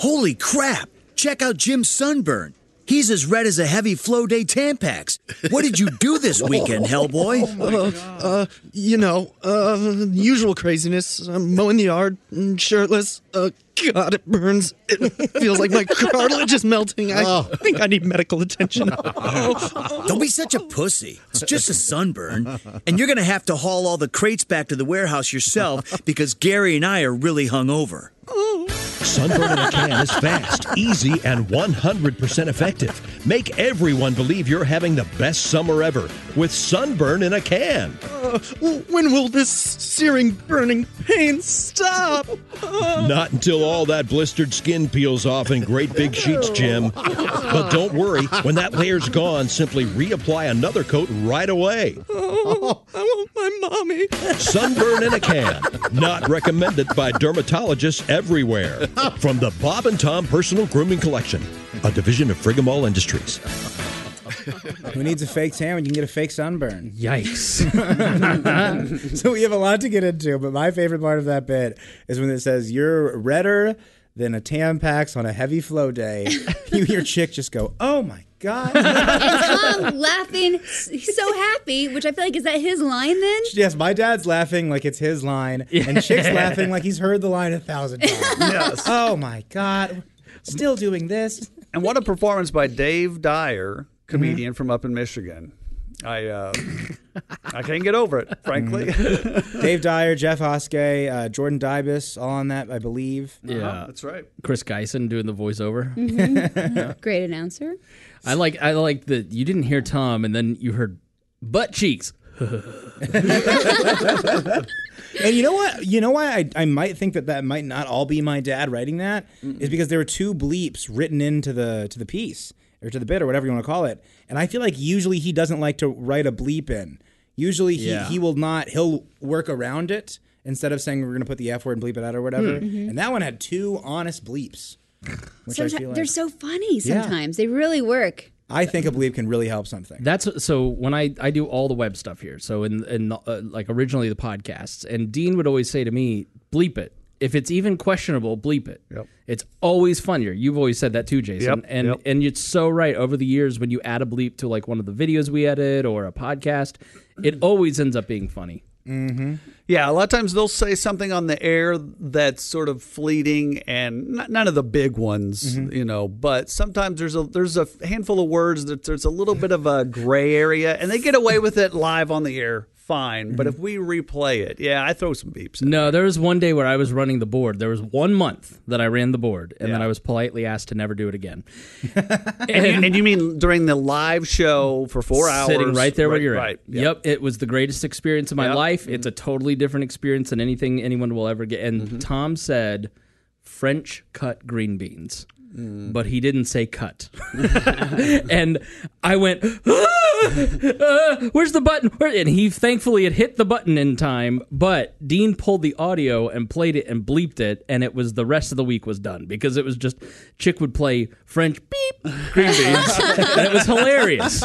[SPEAKER 19] Holy crap! Check out Jim's sunburn. He's as red as a heavy flow day Tampax. What did you do
[SPEAKER 2] <laughs>
[SPEAKER 19] this weekend, Hellboy?
[SPEAKER 21] uh,
[SPEAKER 19] uh,
[SPEAKER 21] you know, uh, usual craziness. I'm mowing the yard, mm, shirtless. Uh, God, it burns. It feels like my cartilage is melting. I
[SPEAKER 19] Oh.
[SPEAKER 21] think I need medical attention.
[SPEAKER 19] Don't be such a pussy. It's just a sunburn. And you're going to have to haul all the crates back to the warehouse yourself because Gary and I are really hungover.
[SPEAKER 21] Sunburn in a can is fast, easy, and 100% effective. Make everyone believe you're having the best summer ever with sunburn in a can. Uh, when will this searing, burning pain stop? Not until all that blistered skin peels off in great big sheets, Jim. But don't worry, when that layer's gone, simply reapply another coat right away. Oh, I want my mommy. Sunburn in a
[SPEAKER 8] <laughs>
[SPEAKER 21] can. Not recommended by dermatologists everywhere. From the Bob and Tom Personal Grooming Collection, a division of Frigamall Industries.
[SPEAKER 4] <laughs>
[SPEAKER 2] Who needs a fake tan when you can get a fake sunburn? <laughs>
[SPEAKER 3] Yikes.
[SPEAKER 2] so we have a lot to get into, but my favorite part of that bit is when it says you're redder than a Tampax on a heavy flow day. <laughs> you your chick just go, "Oh my
[SPEAKER 5] Tom laughing, s- he's so happy, which I feel like is that his line then?
[SPEAKER 2] Yes, my dad's laughing like it's his line,
[SPEAKER 4] <laughs>
[SPEAKER 2] and Chick's
[SPEAKER 5] Yeah.
[SPEAKER 2] laughing like he's heard the line a thousand times.
[SPEAKER 4] Yes.
[SPEAKER 2] Oh my God. Still doing this.
[SPEAKER 4] And what a performance by Dave Dyer, comedian from up in Michigan. I uh, I can't get over it, frankly. Mm-hmm. <laughs>
[SPEAKER 2] Dave Dyer, Jeff Hoskey, uh, Jordan Dibas, all on that, I believe.
[SPEAKER 4] Uh-huh, that's right.
[SPEAKER 3] Chris Geisen doing the voiceover.
[SPEAKER 5] Mhm. Great announcer.
[SPEAKER 3] <laughs> I like I like that you didn't hear Tom and then you heard butt cheeks. <laughs>
[SPEAKER 2] And you know what? You know why I, I might think that that might not all be my dad writing that is because there were two bleeps written into the to the piece or to the bit or whatever you want to call it. And I feel like usually he doesn't like to write a bleep in. Usually he,
[SPEAKER 22] Yeah.
[SPEAKER 2] he will not. He'll work around it instead of saying we're going to put the f word and bleep it out or whatever.
[SPEAKER 5] Hmm. Mhm.
[SPEAKER 2] And that one had two honest bleeps, which I
[SPEAKER 5] Someti-
[SPEAKER 2] feel like
[SPEAKER 5] They're so funny
[SPEAKER 2] Yeah.
[SPEAKER 5] sometimes. They really work.
[SPEAKER 2] I think a bleep can really help something.
[SPEAKER 3] That's so when I I do all the web stuff here. So in in the, uh, like originally the podcasts and Dean would always say to me, "Bleep it." If it's even questionable, bleep it. It's always funnier. You've always said that too, Jason.
[SPEAKER 23] Yep,
[SPEAKER 3] and
[SPEAKER 23] yep.
[SPEAKER 3] and it's so right. Over the years, when you add a bleep to like one of the videos we edit or a podcast, it always ends up being funny.
[SPEAKER 2] Mm-hmm.
[SPEAKER 4] Yeah, a lot of times they'll say something on the air that's sort of fleeting and n- none of the big ones,
[SPEAKER 2] Mhm.
[SPEAKER 4] you know. But sometimes there's a there's a handful of words that there's a little bit of a gray area, and they get away with it live on the air, fine. But if we replay it, yeah, I throw some beeps.
[SPEAKER 3] No, there was one day where I was running the board. There was one month that I ran the board, and then I was politely asked to never do it again.
[SPEAKER 4] And, you, <laughs> and you mean during the live show for four hours,
[SPEAKER 3] Sitting right there where you're
[SPEAKER 4] right,
[SPEAKER 3] at. Yep. It was the greatest experience of my
[SPEAKER 4] Yep. Mm-hmm.
[SPEAKER 3] life. It's a totally different experience than anything anyone will ever get. And Tom said French cut green beans,
[SPEAKER 8] Mm.
[SPEAKER 3] but he didn't say
[SPEAKER 4] <laughs>
[SPEAKER 3] cut. <laughs> and I went, "Ah, uh, where's the button? Where-" And he thankfully had hit the button in time, but Dean pulled the audio and played it and bleeped it, and it was the rest of the week was done because it was just chick would play French beep
[SPEAKER 4] <laughs>
[SPEAKER 3] green beans, and it was hilarious.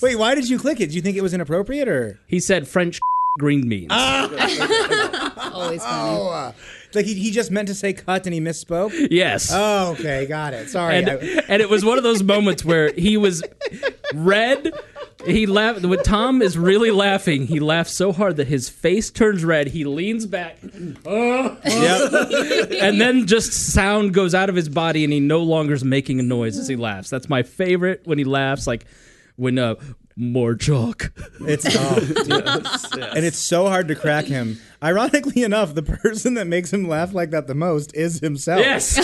[SPEAKER 2] <laughs> Wait, why did you click it? Did you think it was inappropriate or?
[SPEAKER 3] He said French <laughs> green beans.
[SPEAKER 5] Always
[SPEAKER 2] funny. Oh, uh, like he, he just meant to say cut and he misspoke?
[SPEAKER 3] Yes.
[SPEAKER 2] Oh, okay. Got it. Sorry.
[SPEAKER 3] and,
[SPEAKER 2] I-
[SPEAKER 3] <laughs> and it was one of those moments where he was red. He laughed. When Tom is really laughing, he laughs so hard that his face turns red. He leans back,
[SPEAKER 9] Uh.
[SPEAKER 3] oh,
[SPEAKER 8] <laughs>
[SPEAKER 3] and then just sound goes out of his body, and he no longer is making a noise as he laughs. That's my favorite when he laughs, like when uh, more chalk.
[SPEAKER 2] It's
[SPEAKER 3] <laughs>
[SPEAKER 2] oh, dude. and it's so hard to crack him. Ironically enough, the person that makes him laugh like that the most is himself.
[SPEAKER 3] Yes.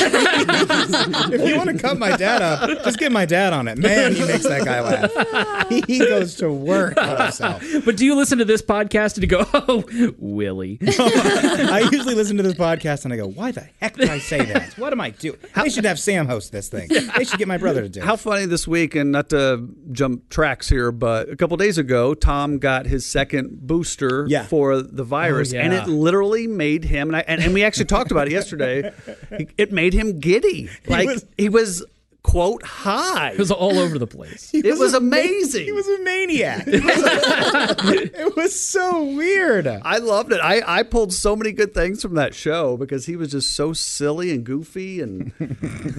[SPEAKER 2] <laughs> <laughs> if you want to cut my
[SPEAKER 20] <laughs>
[SPEAKER 2] dad up, just get my dad on it. Man, he makes that guy laugh. He goes to work on himself.
[SPEAKER 3] <laughs> But do you listen to this podcast and you go, <laughs> oh, Willie?
[SPEAKER 2] I usually listen to this podcast and I go, why the heck did I say that? What am I doing? They should have Sam host this thing. They should get my brother to do it.
[SPEAKER 4] How funny this week, and not to jump tracks here, but a couple days ago, Tom got his second booster for the virus,
[SPEAKER 3] Oh,
[SPEAKER 4] and
[SPEAKER 3] yeah.
[SPEAKER 4] it literally made him. And, I, and, and we actually talked about it
[SPEAKER 2] <laughs>
[SPEAKER 4] yesterday. It, it made him giddy. Like he was, quote high. It
[SPEAKER 3] was all over the place.
[SPEAKER 4] it was
[SPEAKER 2] a ma-
[SPEAKER 4] amazing.
[SPEAKER 2] He was a maniac. He was a- <laughs> it was so weird.
[SPEAKER 4] I loved it. I, I pulled so many good things from that show because he was just so silly and goofy,
[SPEAKER 2] <laughs>
[SPEAKER 4] and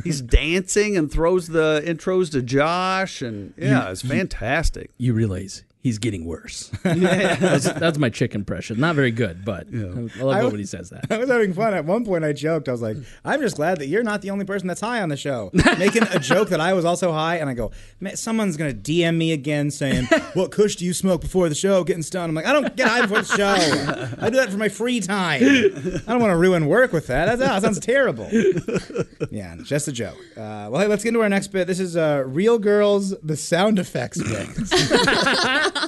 [SPEAKER 4] he's dancing and throws the intros to Josh, and yeah, it's fantastic.
[SPEAKER 3] You realize he's getting
[SPEAKER 2] <laughs>
[SPEAKER 3] worse. that's, that's my chick impression. Not very good, but I love
[SPEAKER 2] I
[SPEAKER 3] it
[SPEAKER 2] w-
[SPEAKER 3] when he says that.
[SPEAKER 2] <laughs> I was having fun. At one point, I joked. I was like, "I'm just glad that you're not the only person that's high on the show." Making a joke that I was also high, and I go, "Man, "Someone's gonna DM me again saying, what kush do you smoke before the show? Getting stoned?" I'm like, "I don't get high before the show. I do that for my free time. I don't want to ruin work with that. That's, ah, that sounds terrible." Yeah, just a joke. Uh, well, hey, let's get into our next bit. This is uh, "Real Girls: The Sound Effects Bit."
[SPEAKER 8] <laughs>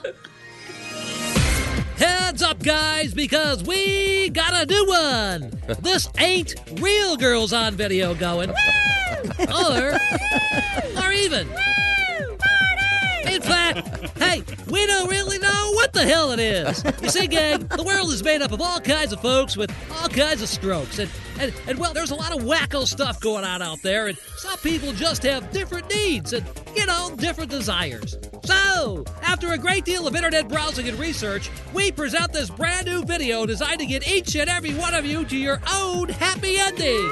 [SPEAKER 8] Heads up, guys, because we got a new one. This ain't real girls on video going. or, or even. In fact, hey, we don't really know what the hell it is. You see, gang, the world is made up of all kinds of folks with all kinds of strokes. And, and, and well, there's a lot of wacko stuff going on out there, and some people just have different needs and, you know, different desires. So, after a great deal of internet browsing and research, we present this brand new video designed to get each and every one of you to your own happy ending.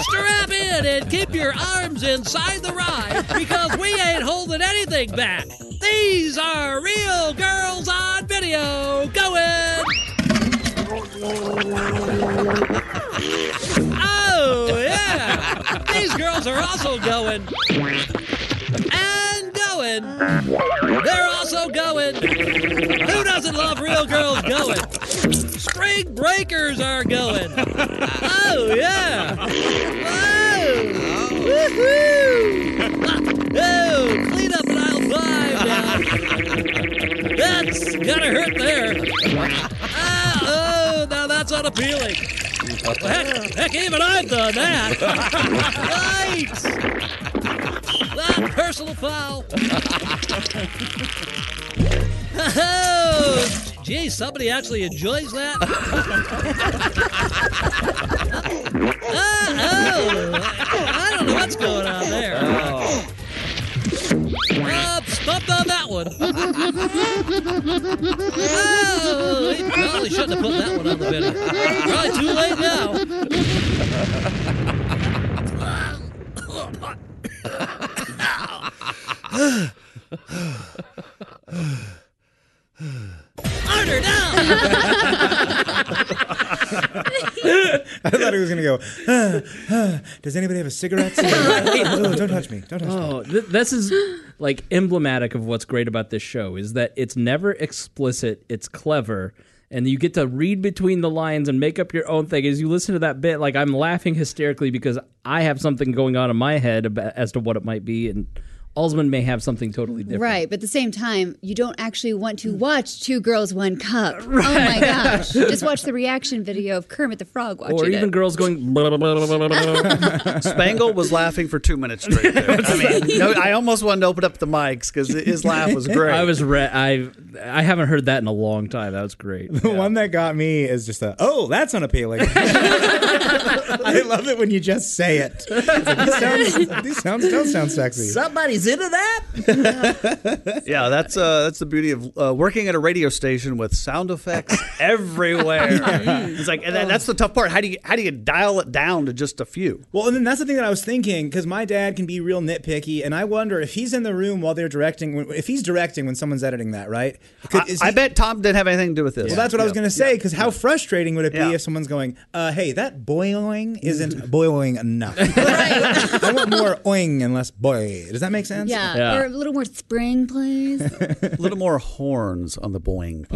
[SPEAKER 8] Strap in and keep your arms inside the ride because we ain't holding anything back. These are real girls on video going. Oh, yeah. These girls are also going. And going. They're also going. Who doesn't love real girls going? Spring breakers are going. Oh, yeah. Oh. Woohoo. Oh, clean up at aisle five now. That's gotta hurt there. Ah, oh, now that's unappealing. Well, heck, heck, even I've done that. <laughs> right. That personal foul. <laughs> Oh, gee, somebody actually enjoys that. oh, I don't know what's going on there. Uh, stumped on that one. oh, he probably shouldn't have put that one on the video. Probably too late now. Harder now!
[SPEAKER 2] I thought he was gonna go. "Ah, ah, does anybody have a cigarette? oh, don't touch me! Don't touch me!
[SPEAKER 3] Oh, th- this is like emblematic of what's great about this show is that it's never explicit. It's clever, and you get to read between the lines and make up your own thing. As you listen to that bit, like I'm laughing hysterically because I have something going on in my head about, as to what it might be, and Alsman may have something totally different.
[SPEAKER 5] Right, but at the same time, you don't actually want to watch Two Girls One Cup. Oh my gosh! Just watch the reaction video of Kermit the Frog watching
[SPEAKER 3] Or even
[SPEAKER 5] it.
[SPEAKER 3] girls going. Blah, blah, blah, blah, blah, blah,
[SPEAKER 4] <laughs>
[SPEAKER 3] blah.
[SPEAKER 4] Spangle was laughing for two minutes straight.
[SPEAKER 3] <laughs>
[SPEAKER 4] There. I mean, no, I almost wanted to open up the mics because his laugh was great.
[SPEAKER 3] <laughs> I was re- I I haven't heard that in a long time. That was great.
[SPEAKER 2] The one that got me is just a. Oh, that's unappealing. <laughs> I love it when you just say it. These sounds, these sounds don't sound sexy.
[SPEAKER 24] Somebody's into that?
[SPEAKER 4] yeah, that's uh, that's the beauty of uh, working at a radio station with sound
[SPEAKER 3] <laughs>
[SPEAKER 4] effects everywhere. It's like, and that- that's the tough part. How do you how do you dial it down to just a
[SPEAKER 3] <laughs>
[SPEAKER 4] few?
[SPEAKER 2] Well, and then that's the thing that I was thinking because my dad can be real nitpicky, and I wonder if he's in the room while they're directing, when- if he's directing when someone's editing that, right? Could- is
[SPEAKER 4] I
[SPEAKER 2] he-
[SPEAKER 4] bet Tom didn't have anything to do with this.
[SPEAKER 2] Well, that's what I was
[SPEAKER 4] Yeah.
[SPEAKER 2] going to say because how frustrating would it be if someone's going, uh, "Hey, that boiling
[SPEAKER 4] <laughs>
[SPEAKER 2] isn't boiling
[SPEAKER 5] <laughs>
[SPEAKER 2] enough. I want more oing and less boy." Does that make sense?
[SPEAKER 5] Yeah.
[SPEAKER 4] Yeah.
[SPEAKER 5] or a little more spring, please.
[SPEAKER 4] a little more horns on the
[SPEAKER 2] <laughs>
[SPEAKER 4] boing.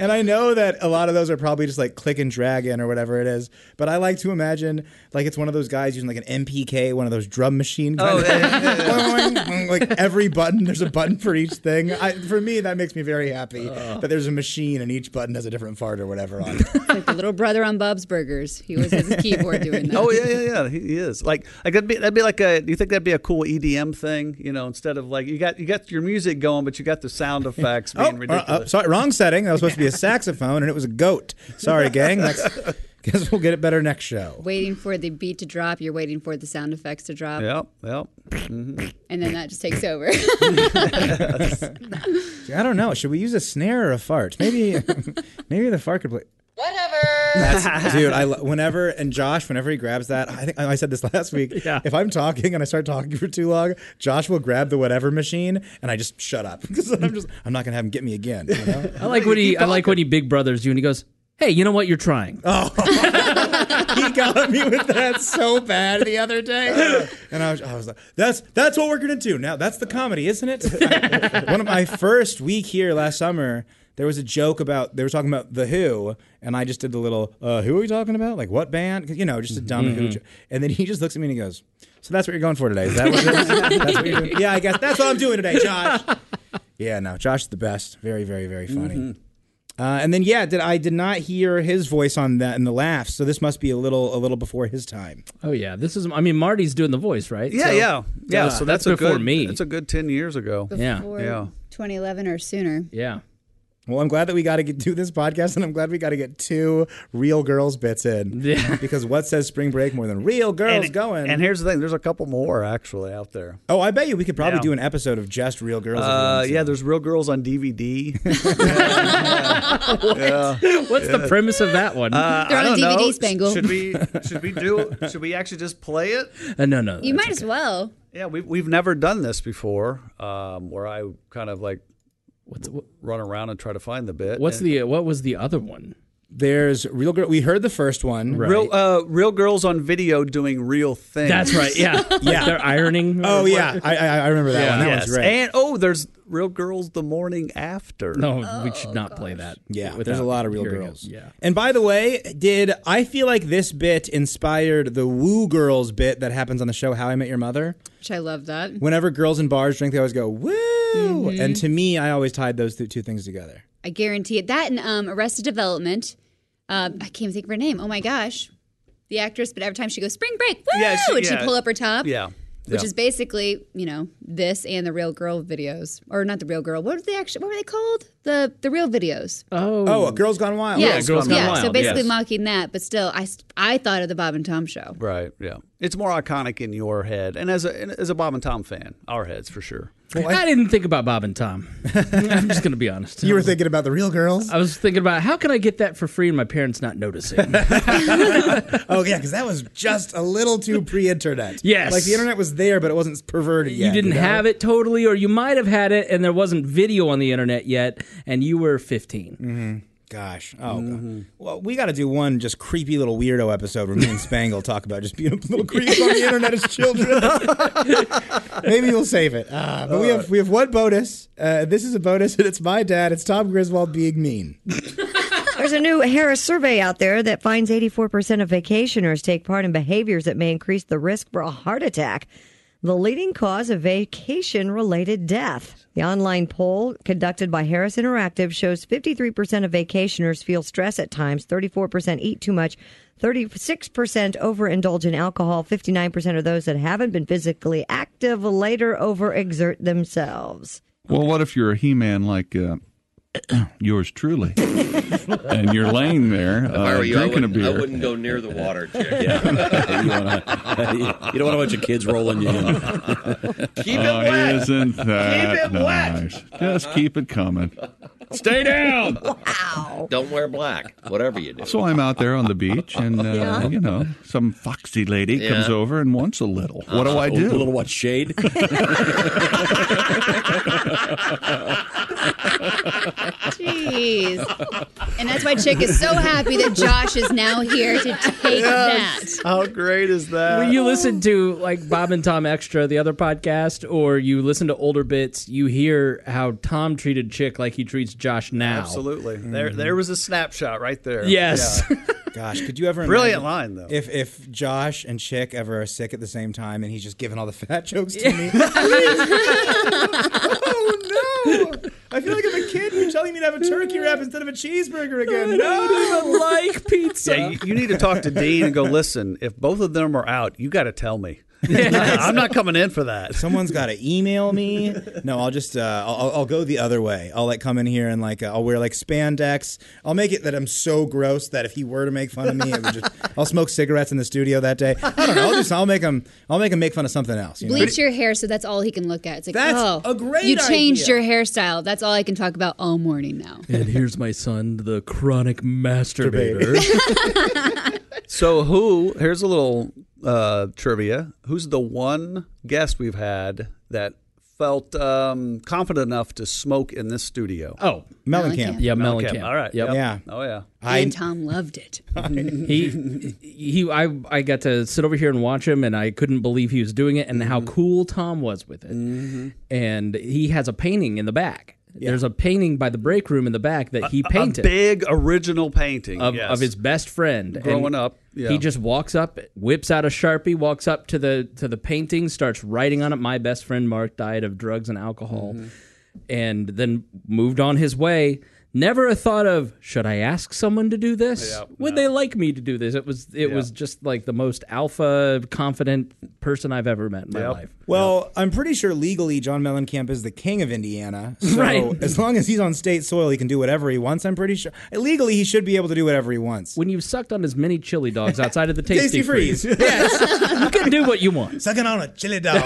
[SPEAKER 2] and I know that a lot of those are probably just like click and drag in or whatever it is. But I like to imagine like it's one of those guys using like an MPK, one of those drum machine. Kind <laughs> of like every button, there's a button for each thing. I, for me, that makes me very happy that there's a machine and each button has a different fart or whatever on it.
[SPEAKER 5] It's like the little brother on Bob's Burgers. He was his keyboard doing that.
[SPEAKER 4] Oh yeah, yeah, yeah. He, he is like like that'd be that'd be like a. Do you think that'd be a cool EDM thing? You know, instead of like you got you got your music going, but you got the
[SPEAKER 3] <laughs>
[SPEAKER 4] sound effects being
[SPEAKER 2] Oh, uh,
[SPEAKER 4] ridiculous.
[SPEAKER 2] uh, sorry, wrong setting. That was supposed to be a saxophone, and it was a goat. Sorry, gang. Next, <laughs> guess we'll get it better next show.
[SPEAKER 5] Waiting for the beat to drop. You're waiting for the sound effects to drop.
[SPEAKER 4] yep. Mm-hmm.
[SPEAKER 5] And then that just takes over. <laughs>
[SPEAKER 2] See, <laughs> I don't know. Should we use a snare or a fart? Maybe, <laughs> maybe the fart could play. Whatever. That's, dude, I lo- whenever and Josh, whenever he grabs that, I think I said this <laughs> last week. Yeah. If I'm talking and I start talking for too long, Josh will grab the whatever machine, and I just shut up <laughs> because I'm just I'm not gonna have him get me again. <laughs> you know?
[SPEAKER 3] I like when he I like when he big brothers you and he goes, "Hey, you know what? You're trying."
[SPEAKER 2] Oh, he got me with that so bad the other <laughs> day. And I was, I was like, <laughs> that's that's what we're gonna do now. That's the comedy, isn't
[SPEAKER 3] <laughs>
[SPEAKER 2] it? <laughs> One of my first week here last summer, there was a joke about they were talking about the Who, and I just did the little, uh, who are we talking about? Like what band? 'Cause, You know, just a dumb
[SPEAKER 3] Mm-hmm.
[SPEAKER 2] Who.
[SPEAKER 25] Mhm.
[SPEAKER 2] jo- And then he just looks at me and he goes, "So that's what you're going for today? Is that what,
[SPEAKER 3] <laughs>
[SPEAKER 2] it is? That's what you're doing? Yeah, I guess that's what I'm doing today, Josh." Yeah, no, Josh is the best. Very, very, very funny.
[SPEAKER 25] Mhm.
[SPEAKER 3] Mm-hmm.
[SPEAKER 2] Uh, and then yeah, did I did not hear his voice on that in the laughs, so this must be a little a little before his time.
[SPEAKER 3] Oh yeah, this is. I mean, Marty's doing the voice, right?
[SPEAKER 4] Yeah,
[SPEAKER 3] So-
[SPEAKER 4] yeah, yeah.
[SPEAKER 3] Uh,
[SPEAKER 4] Oh, so
[SPEAKER 3] that's,
[SPEAKER 4] that's, a
[SPEAKER 3] before
[SPEAKER 4] good,
[SPEAKER 3] me.
[SPEAKER 4] That's a good ten years ago.
[SPEAKER 5] Before
[SPEAKER 4] yeah.
[SPEAKER 5] 2011 or sooner.
[SPEAKER 3] Yeah.
[SPEAKER 2] Well, I'm glad that we got to get, do this podcast, and I'm glad we got to get two real girls bits in.
[SPEAKER 3] <laughs>
[SPEAKER 2] Yeah. Because what says spring break more than real girls
[SPEAKER 4] And-
[SPEAKER 2] going?
[SPEAKER 4] And here's the thing: there's a couple more actually out there.
[SPEAKER 2] oh, I bet you we could probably
[SPEAKER 4] Yeah.
[SPEAKER 2] do an episode of just real girls. if we
[SPEAKER 4] Uh,
[SPEAKER 2] wanted to.
[SPEAKER 4] yeah, there's real girls on DVD.
[SPEAKER 3] <laughs> What's the premise of that one?
[SPEAKER 4] Uh, I don't know.
[SPEAKER 5] Spangle.
[SPEAKER 4] Should we should we do should we actually just play it?
[SPEAKER 3] Uh, no, no.
[SPEAKER 5] You might as well.
[SPEAKER 4] Yeah, we've we've never done this before, um, where I kind of like run around and try to find the bit.
[SPEAKER 3] What's
[SPEAKER 4] And-
[SPEAKER 3] the uh, what was the other one?
[SPEAKER 2] There's real girl. We heard the first one.
[SPEAKER 4] real uh, real girls on video doing real things?
[SPEAKER 3] That's right.
[SPEAKER 5] <laughs>
[SPEAKER 2] <laughs>
[SPEAKER 3] Yeah.
[SPEAKER 2] Yeah.
[SPEAKER 3] They're ironing.
[SPEAKER 2] Oh yeah, I, I I remember that one. That
[SPEAKER 4] yes.
[SPEAKER 2] one's great.
[SPEAKER 4] And oh, there's real girls the morning after.
[SPEAKER 3] No, we should not play that.
[SPEAKER 2] Yeah,
[SPEAKER 3] without
[SPEAKER 2] there's a lot of real
[SPEAKER 3] hearing it.
[SPEAKER 2] girls.
[SPEAKER 3] Yeah.
[SPEAKER 2] And by the way, did I feel like this bit inspired the Woo Girls bit that happens on the show How I Met Your Mother?
[SPEAKER 5] Which I love that.
[SPEAKER 2] Whenever girls in bars drink, they always go Woo,
[SPEAKER 5] Mhm.
[SPEAKER 3] Mm-hmm.
[SPEAKER 2] and to me, I always tied those th- two things together. <laughs>
[SPEAKER 5] I guarantee it. That and um, Arrested Development. Uh, I can't think of her name. Oh my gosh. The actress, but every time she goes, spring break, woo!
[SPEAKER 4] Yeah, she-
[SPEAKER 5] and
[SPEAKER 4] yeah.
[SPEAKER 5] she pull up her top.
[SPEAKER 4] Yeah.
[SPEAKER 5] Which
[SPEAKER 4] Yeah.
[SPEAKER 5] is basically, you know, this and the real girl videos, or not the real girl. What were they actually? What were they called? The the real videos.
[SPEAKER 3] Oh,
[SPEAKER 2] Oh, a Girls Gone Wild.
[SPEAKER 5] yeah, yeah. So basically mocking that, but still, I s- I thought of the Bob and Tom show.
[SPEAKER 4] Right. Yeah. It's more iconic in your head, and as a and as a Bob and Tom fan, our heads for sure.
[SPEAKER 3] I, didn't think about Bob
[SPEAKER 2] <laughs>
[SPEAKER 3] and Tom. I'm just going to be honest.
[SPEAKER 2] You were thinking about the real girls?
[SPEAKER 3] I was thinking about how can I get that for free and my parents
[SPEAKER 2] <laughs>
[SPEAKER 3] not noticing?
[SPEAKER 2] Oh yeah, because that was just a little too pre-internet.
[SPEAKER 3] Yes.
[SPEAKER 2] like the internet was there, but it wasn't perverted yet.
[SPEAKER 3] you didn't
[SPEAKER 2] know?
[SPEAKER 3] have it totally, or you might have had it and there wasn't video on the internet yet, and you were 15.
[SPEAKER 2] Mm-hmm. Gosh. Oh,
[SPEAKER 3] Mm. Mm-hmm.
[SPEAKER 2] God. well, we got to do one just creepy little weirdo episode where me and Spangle talk about just beautiful <laughs> little creeps on the internet as children. <laughs> Maybe we'll save it. Ah, but
[SPEAKER 3] Uh,
[SPEAKER 2] we have we have one bonus. Uh, this is a bonus, and it's my dad. It's Tom Griswold being mean.
[SPEAKER 24] There's a new Harris survey out there that finds 84% of vacationers take part in behaviors that may increase the risk for a heart attack, the leading cause of vacation related death. The online poll conducted by Harris Interactive shows 53% of vacationers feel stress at times, 34% eat too much, 36% overindulge in alcohol, 59% of those that haven't been physically active later overexert themselves.
[SPEAKER 25] Well, what if you're a He-Man like uh, <clears throat> yours
[SPEAKER 26] <laughs>
[SPEAKER 25] truly, and you're laying there
[SPEAKER 26] If I
[SPEAKER 25] uh,
[SPEAKER 26] were you, I
[SPEAKER 25] drinking a
[SPEAKER 26] wouldn't, I
[SPEAKER 25] beer?
[SPEAKER 26] wouldn't go near the water, <laughs> Chick.
[SPEAKER 25] You
[SPEAKER 26] wanna- <laughs> you don't want a bunch of kids rolling you in.
[SPEAKER 25] Keep oh, it wet. Isn't that keep it nice? wet.
[SPEAKER 26] Uh-huh.
[SPEAKER 25] Just keep it coming. Stay down.
[SPEAKER 26] Wow. Don't wear black, whatever you do.
[SPEAKER 25] So I'm out there on the beach, and uh,
[SPEAKER 26] Yeah.
[SPEAKER 25] you know, some foxy lady
[SPEAKER 26] Yeah.
[SPEAKER 25] comes over and wants a little. What do
[SPEAKER 26] Uh,
[SPEAKER 25] I do?
[SPEAKER 26] A little what shade?
[SPEAKER 2] <laughs>
[SPEAKER 5] Jeez. And that's why Chick is so happy that Josh is now here to take that.
[SPEAKER 4] How great is that?
[SPEAKER 3] When you listen to like Bob and Tom Extra, the other podcast, or you listen to older bits, you hear how Tom treated Chick like he treats Josh now.
[SPEAKER 4] Absolutely.
[SPEAKER 2] Mm.
[SPEAKER 4] There, there was a snapshot right there.
[SPEAKER 3] Yes.
[SPEAKER 4] Yeah.
[SPEAKER 2] <laughs> Gosh, could you ever
[SPEAKER 4] Brilliant line,
[SPEAKER 2] imagine
[SPEAKER 4] though.
[SPEAKER 2] If if Josh and Chick ever are sick at the same time, and he's just giving all the <laughs> fat jokes to me. oh no! I feel like I'm a kid. You're telling me to have a turkey wrap instead of a cheeseburger again.
[SPEAKER 3] I don't
[SPEAKER 2] <laughs>
[SPEAKER 3] even like pizza.
[SPEAKER 2] uh,
[SPEAKER 4] Yeah, you, you need to talk to Dean and go, listen, if both of them are out, you got to tell me. <laughs> I'm not coming in for that.
[SPEAKER 2] Someone's got to email me. No, I'll just uh, I'll, I'll- I'll go the other way. I'll like come in here and like uh, I'll wear like spandex. I'll make it that I'm so gross that if he were to make fun of me, it would just I'll smoke cigarettes in the studio that day. I don't know. I'll just I'll make him I'll make him make fun of something else. you know?
[SPEAKER 5] Bleach your hair so that's all he can look at. It's like,
[SPEAKER 2] That's
[SPEAKER 5] oh,
[SPEAKER 2] a great
[SPEAKER 5] you changed
[SPEAKER 2] idea.
[SPEAKER 5] your hairstyle. That's all I can talk about all morning now.
[SPEAKER 3] And here's my son, the chronic masturbator. <laughs>
[SPEAKER 4] So who? Here's a little uh, trivia. Who's the one guest we've had that felt um, confident enough to smoke in this studio?
[SPEAKER 3] Oh,
[SPEAKER 2] Mellencamp. Mellencamp.
[SPEAKER 3] Yeah, Mellencamp.
[SPEAKER 4] All right.
[SPEAKER 3] Yep.
[SPEAKER 4] Yeah. Oh yeah.
[SPEAKER 5] and Tom loved it.
[SPEAKER 3] he he I I got to sit over here and watch him and I couldn't believe he was doing it and
[SPEAKER 4] Mm-hmm.
[SPEAKER 3] how cool Tom was with it. And he has a painting in the back. There's a painting by the break room in the back that he
[SPEAKER 4] A-
[SPEAKER 3] painted.
[SPEAKER 4] A big original painting
[SPEAKER 3] of,
[SPEAKER 4] yes.
[SPEAKER 3] of his best friend
[SPEAKER 4] Growing
[SPEAKER 3] And
[SPEAKER 4] up, yeah.
[SPEAKER 3] He just walks up, whips out a sharpie, walks up to the to the painting, starts writing on it. My best friend Mark died of drugs and alcohol,
[SPEAKER 4] Mm-hmm.
[SPEAKER 3] and then moved on his way. Never a thought of should I ask someone to do this?
[SPEAKER 4] Yeah,
[SPEAKER 3] Would they like me to do this? It was it
[SPEAKER 4] Yeah.
[SPEAKER 3] was just like the most alpha confident person I've ever met in my life. <laughs>
[SPEAKER 2] Well, I'm pretty sure legally John Mellencamp is the king of Indiana. So
[SPEAKER 3] <laughs> Right.
[SPEAKER 2] as long as he's on state soil, he can do whatever he wants. I'm pretty sure legally he should be able to do whatever he wants.
[SPEAKER 3] When you've sucked on as many chili dogs outside
[SPEAKER 2] <laughs>
[SPEAKER 3] of the
[SPEAKER 2] Tasty
[SPEAKER 3] tasty,
[SPEAKER 2] Freeze.
[SPEAKER 3] yes, you can do what you want.
[SPEAKER 2] Sucking on a chili dog.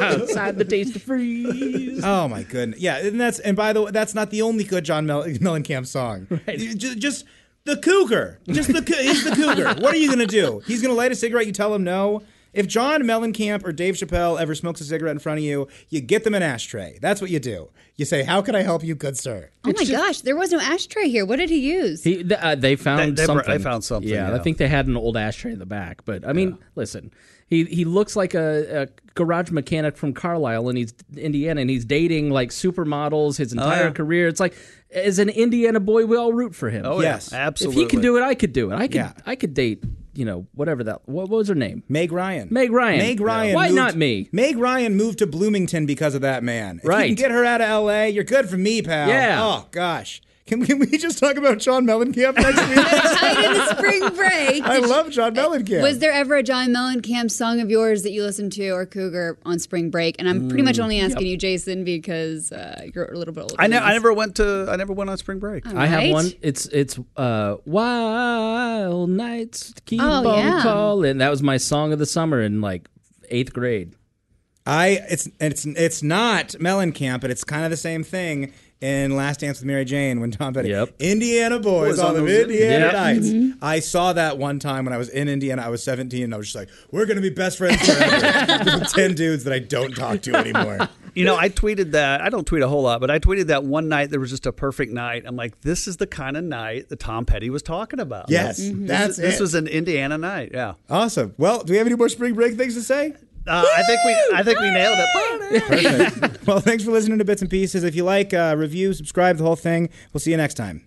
[SPEAKER 3] outside the tasty freeze.
[SPEAKER 2] Oh my goodness! Yeah, and that's and by the way, that's not the only good John Mel- Mellencamp
[SPEAKER 3] <laughs>
[SPEAKER 2] song. You- ju- Just, the cougar, just the cou- he's the
[SPEAKER 3] <laughs>
[SPEAKER 2] cougar. What are you gonna do? He's gonna light a cigarette. You tell him no. If John Mellencamp or Dave Chappelle ever smokes a cigarette in front of you, you get them an ashtray. That's what you do. You say, "How can I help you, good sir?"
[SPEAKER 5] Oh my gosh, there was no ashtray here. What did he use?
[SPEAKER 3] He, th- uh, they found
[SPEAKER 4] They- they br-
[SPEAKER 3] something.
[SPEAKER 4] they found something,
[SPEAKER 3] Yeah, I
[SPEAKER 4] yeah.
[SPEAKER 3] think they had an old ashtray in the back. But I mean, listen, he he looks like a, a garage mechanic from Carlisle, and he's Indiana, and he's dating like supermodels his entire
[SPEAKER 4] Oh, yeah.
[SPEAKER 3] career. It's like as an Indiana boy, we all root for him.
[SPEAKER 4] Oh, yeah. Yes.
[SPEAKER 3] If he can
[SPEAKER 4] Absolutely.
[SPEAKER 3] do it, I could do it. I could
[SPEAKER 4] Yeah.
[SPEAKER 3] I could date you know whatever that what, what was her name
[SPEAKER 2] Meg Ryan.
[SPEAKER 3] Meg Ryan.
[SPEAKER 2] Meg Ryan.
[SPEAKER 3] Why
[SPEAKER 2] moved-
[SPEAKER 3] not me?
[SPEAKER 2] Meg Ryan moved to Bloomington because of that man. If You
[SPEAKER 3] Right.
[SPEAKER 2] can get her out of L.A. You're good for me, pal.
[SPEAKER 3] Yeah.
[SPEAKER 2] Oh gosh. Can, can we just talk about John Mellencamp next week?
[SPEAKER 5] Tied in the <laughs> spring break.
[SPEAKER 2] I love John Mellencamp.
[SPEAKER 5] Uh, Was there ever a John Mellencamp song of yours that you listened to or Cougar on spring break? And I'm pretty much
[SPEAKER 4] Mm,
[SPEAKER 5] only asking
[SPEAKER 4] yep.
[SPEAKER 5] you, Jason, because uh, you're a little bit older.
[SPEAKER 4] I, ne-
[SPEAKER 5] than
[SPEAKER 4] I
[SPEAKER 5] us.
[SPEAKER 4] never went to. I never went on spring break.
[SPEAKER 5] All
[SPEAKER 3] I have
[SPEAKER 5] right.
[SPEAKER 3] one. It's it's uh, wild nights keep
[SPEAKER 5] Oh,
[SPEAKER 3] on
[SPEAKER 5] yeah.
[SPEAKER 3] calling. That was my song of the summer in like eighth grade.
[SPEAKER 2] I it's it's it's not Mellencamp, but it's kind of the same thing in Last Dance with Mary Jane when Tom Petty, Indiana boys
[SPEAKER 4] Was
[SPEAKER 2] on
[SPEAKER 4] on
[SPEAKER 2] the
[SPEAKER 4] those-
[SPEAKER 2] Indiana
[SPEAKER 4] Yep.
[SPEAKER 2] Nights.
[SPEAKER 4] Mhm.
[SPEAKER 3] Mm-hmm.
[SPEAKER 2] I saw that one time when I was in Indiana. I was
[SPEAKER 3] <laughs>
[SPEAKER 2] 17, and I was just like, "We're gonna be best friends forever." With Ten dudes that I don't talk to anymore.
[SPEAKER 4] <laughs> You know, I tweeted that. I don't tweet a whole lot, but I tweeted that one night there was just a perfect night. I'm like, this is the kind of night that Tom Petty was talking about.
[SPEAKER 2] Yes,
[SPEAKER 4] This-
[SPEAKER 2] that's
[SPEAKER 4] this
[SPEAKER 2] it.
[SPEAKER 4] was an Indiana night. Yeah.
[SPEAKER 2] Awesome. Well, do we have any more spring break things to say?
[SPEAKER 4] Uh, I think we I think we nailed it.
[SPEAKER 2] Well, thanks for listening to Bits and Pieces. If you like, uh, review, subscribe, the whole thing. We'll see you next time.